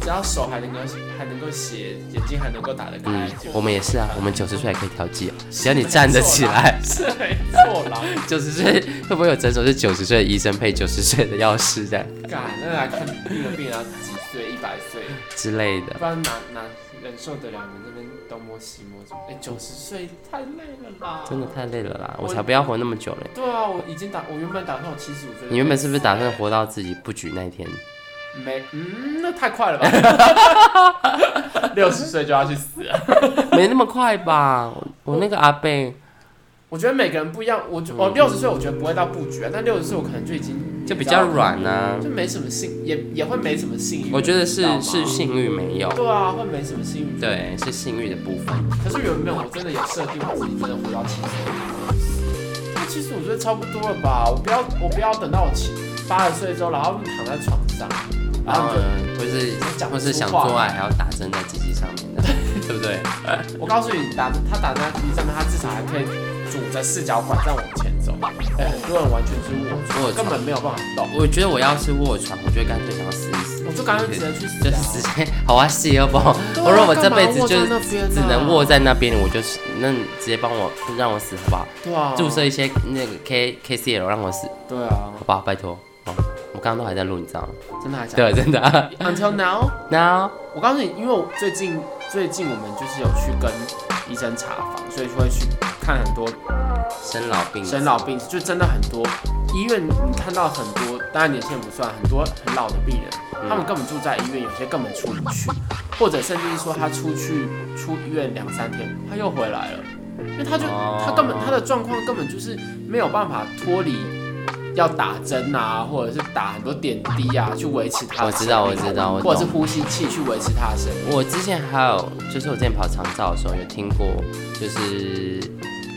Speaker 1: 只要手还能够还能够写，眼睛还能够打得开
Speaker 2: 嗯，
Speaker 1: 就
Speaker 2: 我们也是啊，我们九十岁还可以调剂哦，只要你站得起 来。
Speaker 1: 是没错啦。
Speaker 2: 九十岁会不会有诊所是九十岁的医生配九十岁的药师这样
Speaker 1: 敢那来看病的病人要几岁？一百岁，
Speaker 2: 之类的？
Speaker 1: 不然哪哪忍受得了你们那边东摸西摸什么？哎，九十岁太累了啦。
Speaker 2: 真的。太累了啦，
Speaker 1: 我
Speaker 2: 我才不要活那么久嘞！
Speaker 1: 对啊，我已经打，我原本打算我七十五岁。
Speaker 2: 你原本是不是打算活到自己不举那一天？
Speaker 1: 没？嗯，那太快了吧。 六十岁就要去死了。
Speaker 2: 没那么快吧？我我那个阿贝
Speaker 1: 我觉得每个人不一样，我觉哦六十岁我觉得不会到布局啊，但六十岁我可能就已经
Speaker 2: 就比较，软啊，
Speaker 1: 就没什么性，也也会没什么性欲。
Speaker 2: 我觉得
Speaker 1: 你知道
Speaker 2: 是
Speaker 1: 吗
Speaker 2: 是性欲没有，
Speaker 1: 对啊，会没什么性欲。，
Speaker 2: 对，是性欲的部分。
Speaker 1: 可是原本我真的有设定我自己真的活到七十岁，那其实我觉得差不多了吧，我不要我不要等到我七八十岁之后，然后躺在床上，然
Speaker 2: 然
Speaker 1: 后
Speaker 2: 后
Speaker 1: 就
Speaker 2: 呢，或是
Speaker 1: 讲
Speaker 2: 或是
Speaker 1: 粗
Speaker 2: 想
Speaker 1: 话
Speaker 2: 做爱还要打针在机器上面的，对不对？
Speaker 1: 我告诉你，打他打在地上面，他至少还可以拄着四脚拐杖往前走。哎、很多人完全是
Speaker 2: 卧
Speaker 1: 我，
Speaker 2: 床
Speaker 1: 根本没有办法动。
Speaker 2: 我觉得我要是卧床，我就会干脆想要死一死，
Speaker 1: 我就干脆直接去死、啊，
Speaker 2: 就是直接好啊，死要不好？
Speaker 1: 对啊
Speaker 2: 我说我这辈子
Speaker 1: 干嘛
Speaker 2: 就
Speaker 1: 卧在那啊边啊
Speaker 2: 只能卧在那边，我就是那你直接帮我让我死好不好？
Speaker 1: 对啊，
Speaker 2: 注射一些那个 K K C L 让我死，好
Speaker 1: 对啊，
Speaker 2: 不好？拜托。哦，我刚刚都还在录，你知道吗？
Speaker 1: 真的还假的？
Speaker 2: 对，真 的啊。
Speaker 1: Until now，
Speaker 2: 那
Speaker 1: 我告诉你，因为我最近最近我们就是有去跟医生查房，所以会去看很多
Speaker 2: 生老病死
Speaker 1: 生老病死，就真的很多医院你看到很多，当然年轻人不算，很多很老的病人，
Speaker 2: 嗯
Speaker 1: 他们根本住在医院，有些根本出不去，或者甚至是说他出去出医院两三天，他又回来了，因为他就
Speaker 2: 哦
Speaker 1: 他根本他的状况根本就是没有办法脱离。要打针啊，或者是打很多点滴啊，去维持他的
Speaker 2: 我知道
Speaker 1: 生命
Speaker 2: 我知道我懂
Speaker 1: 或者是呼吸器去维持他的生命。
Speaker 2: 我之前还有，就是我之前跑长照的时候有听过，就是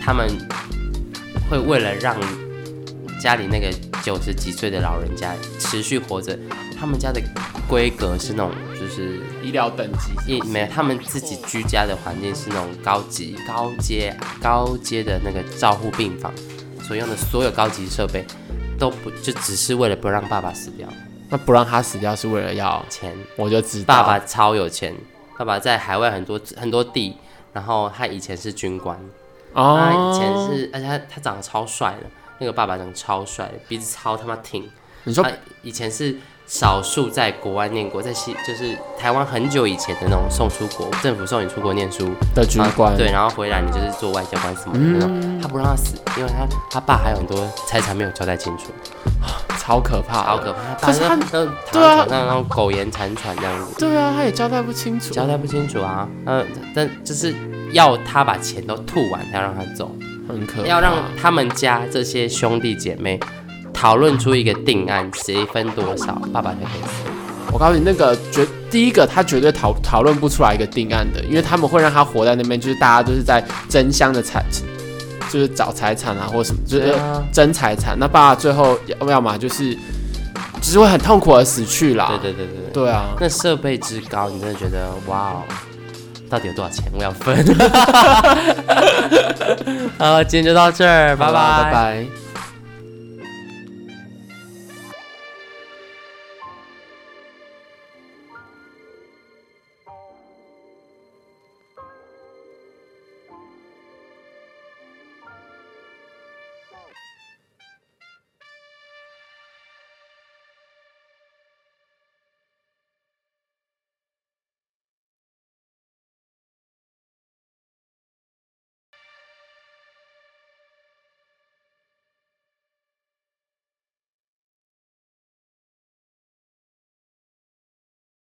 Speaker 2: 他们会为了让家里那个九十几岁的老人家持续活着，他们家的规格是那种，就是
Speaker 1: 医疗等级
Speaker 2: 一没有他们自己居家的环境是那种高级高阶高阶的那个照护病房所用的所有高级设备都不就只是为了不让爸爸死掉，
Speaker 1: 那不让他死掉是为了要，
Speaker 2: 钱
Speaker 1: 我就知
Speaker 2: 爸爸超有钱，爸爸在海外很多很多地，然后他以前是军官，
Speaker 1: 哦
Speaker 2: 他以哎前是，而且他他长得超帅的，那个爸爸长得超帅，鼻子超他妈挺。
Speaker 1: 你说
Speaker 2: 他以前是少数在国外念过，在西就是台湾很久以前的那种送出国，政府送你出国念书，
Speaker 1: 的军官，
Speaker 2: 啊对，然后回来你就是做外交官什么的
Speaker 1: 嗯
Speaker 2: 那种，他不让他死，因为他他爸还有很多财产没有交代清楚，
Speaker 1: 超可怕的，
Speaker 2: 好可怕。
Speaker 1: 可是他
Speaker 2: 爸那那躺
Speaker 1: 对
Speaker 2: 在
Speaker 1: 啊
Speaker 2: 床上，然后苟延残喘这样子。
Speaker 1: 对啊，他也交代不清楚，
Speaker 2: 交代不清楚啊，嗯，但就是要他把钱都吐完，才让他走，
Speaker 1: 很可怕，
Speaker 2: 要让他们家这些兄弟姐妹讨论出一个定案，谁分多少，爸爸才可以死。
Speaker 1: 我告诉你，那个绝第一个他绝对讨讨论不出来一个定案的，因为他们会让他活在那边，就是大家都是在争相的财，就是找财产啊或什么，就是
Speaker 2: 对啊
Speaker 1: 争财产。那爸爸最后要要么就是就是会很痛苦的死去啦，
Speaker 2: 对对对对对，
Speaker 1: 对啊，
Speaker 2: 那设备之高，你真的觉得哇哦，到底有多少钱？我 要分。好，今天就到这儿，拜
Speaker 1: 好啦
Speaker 2: 拜
Speaker 1: 拜。拜。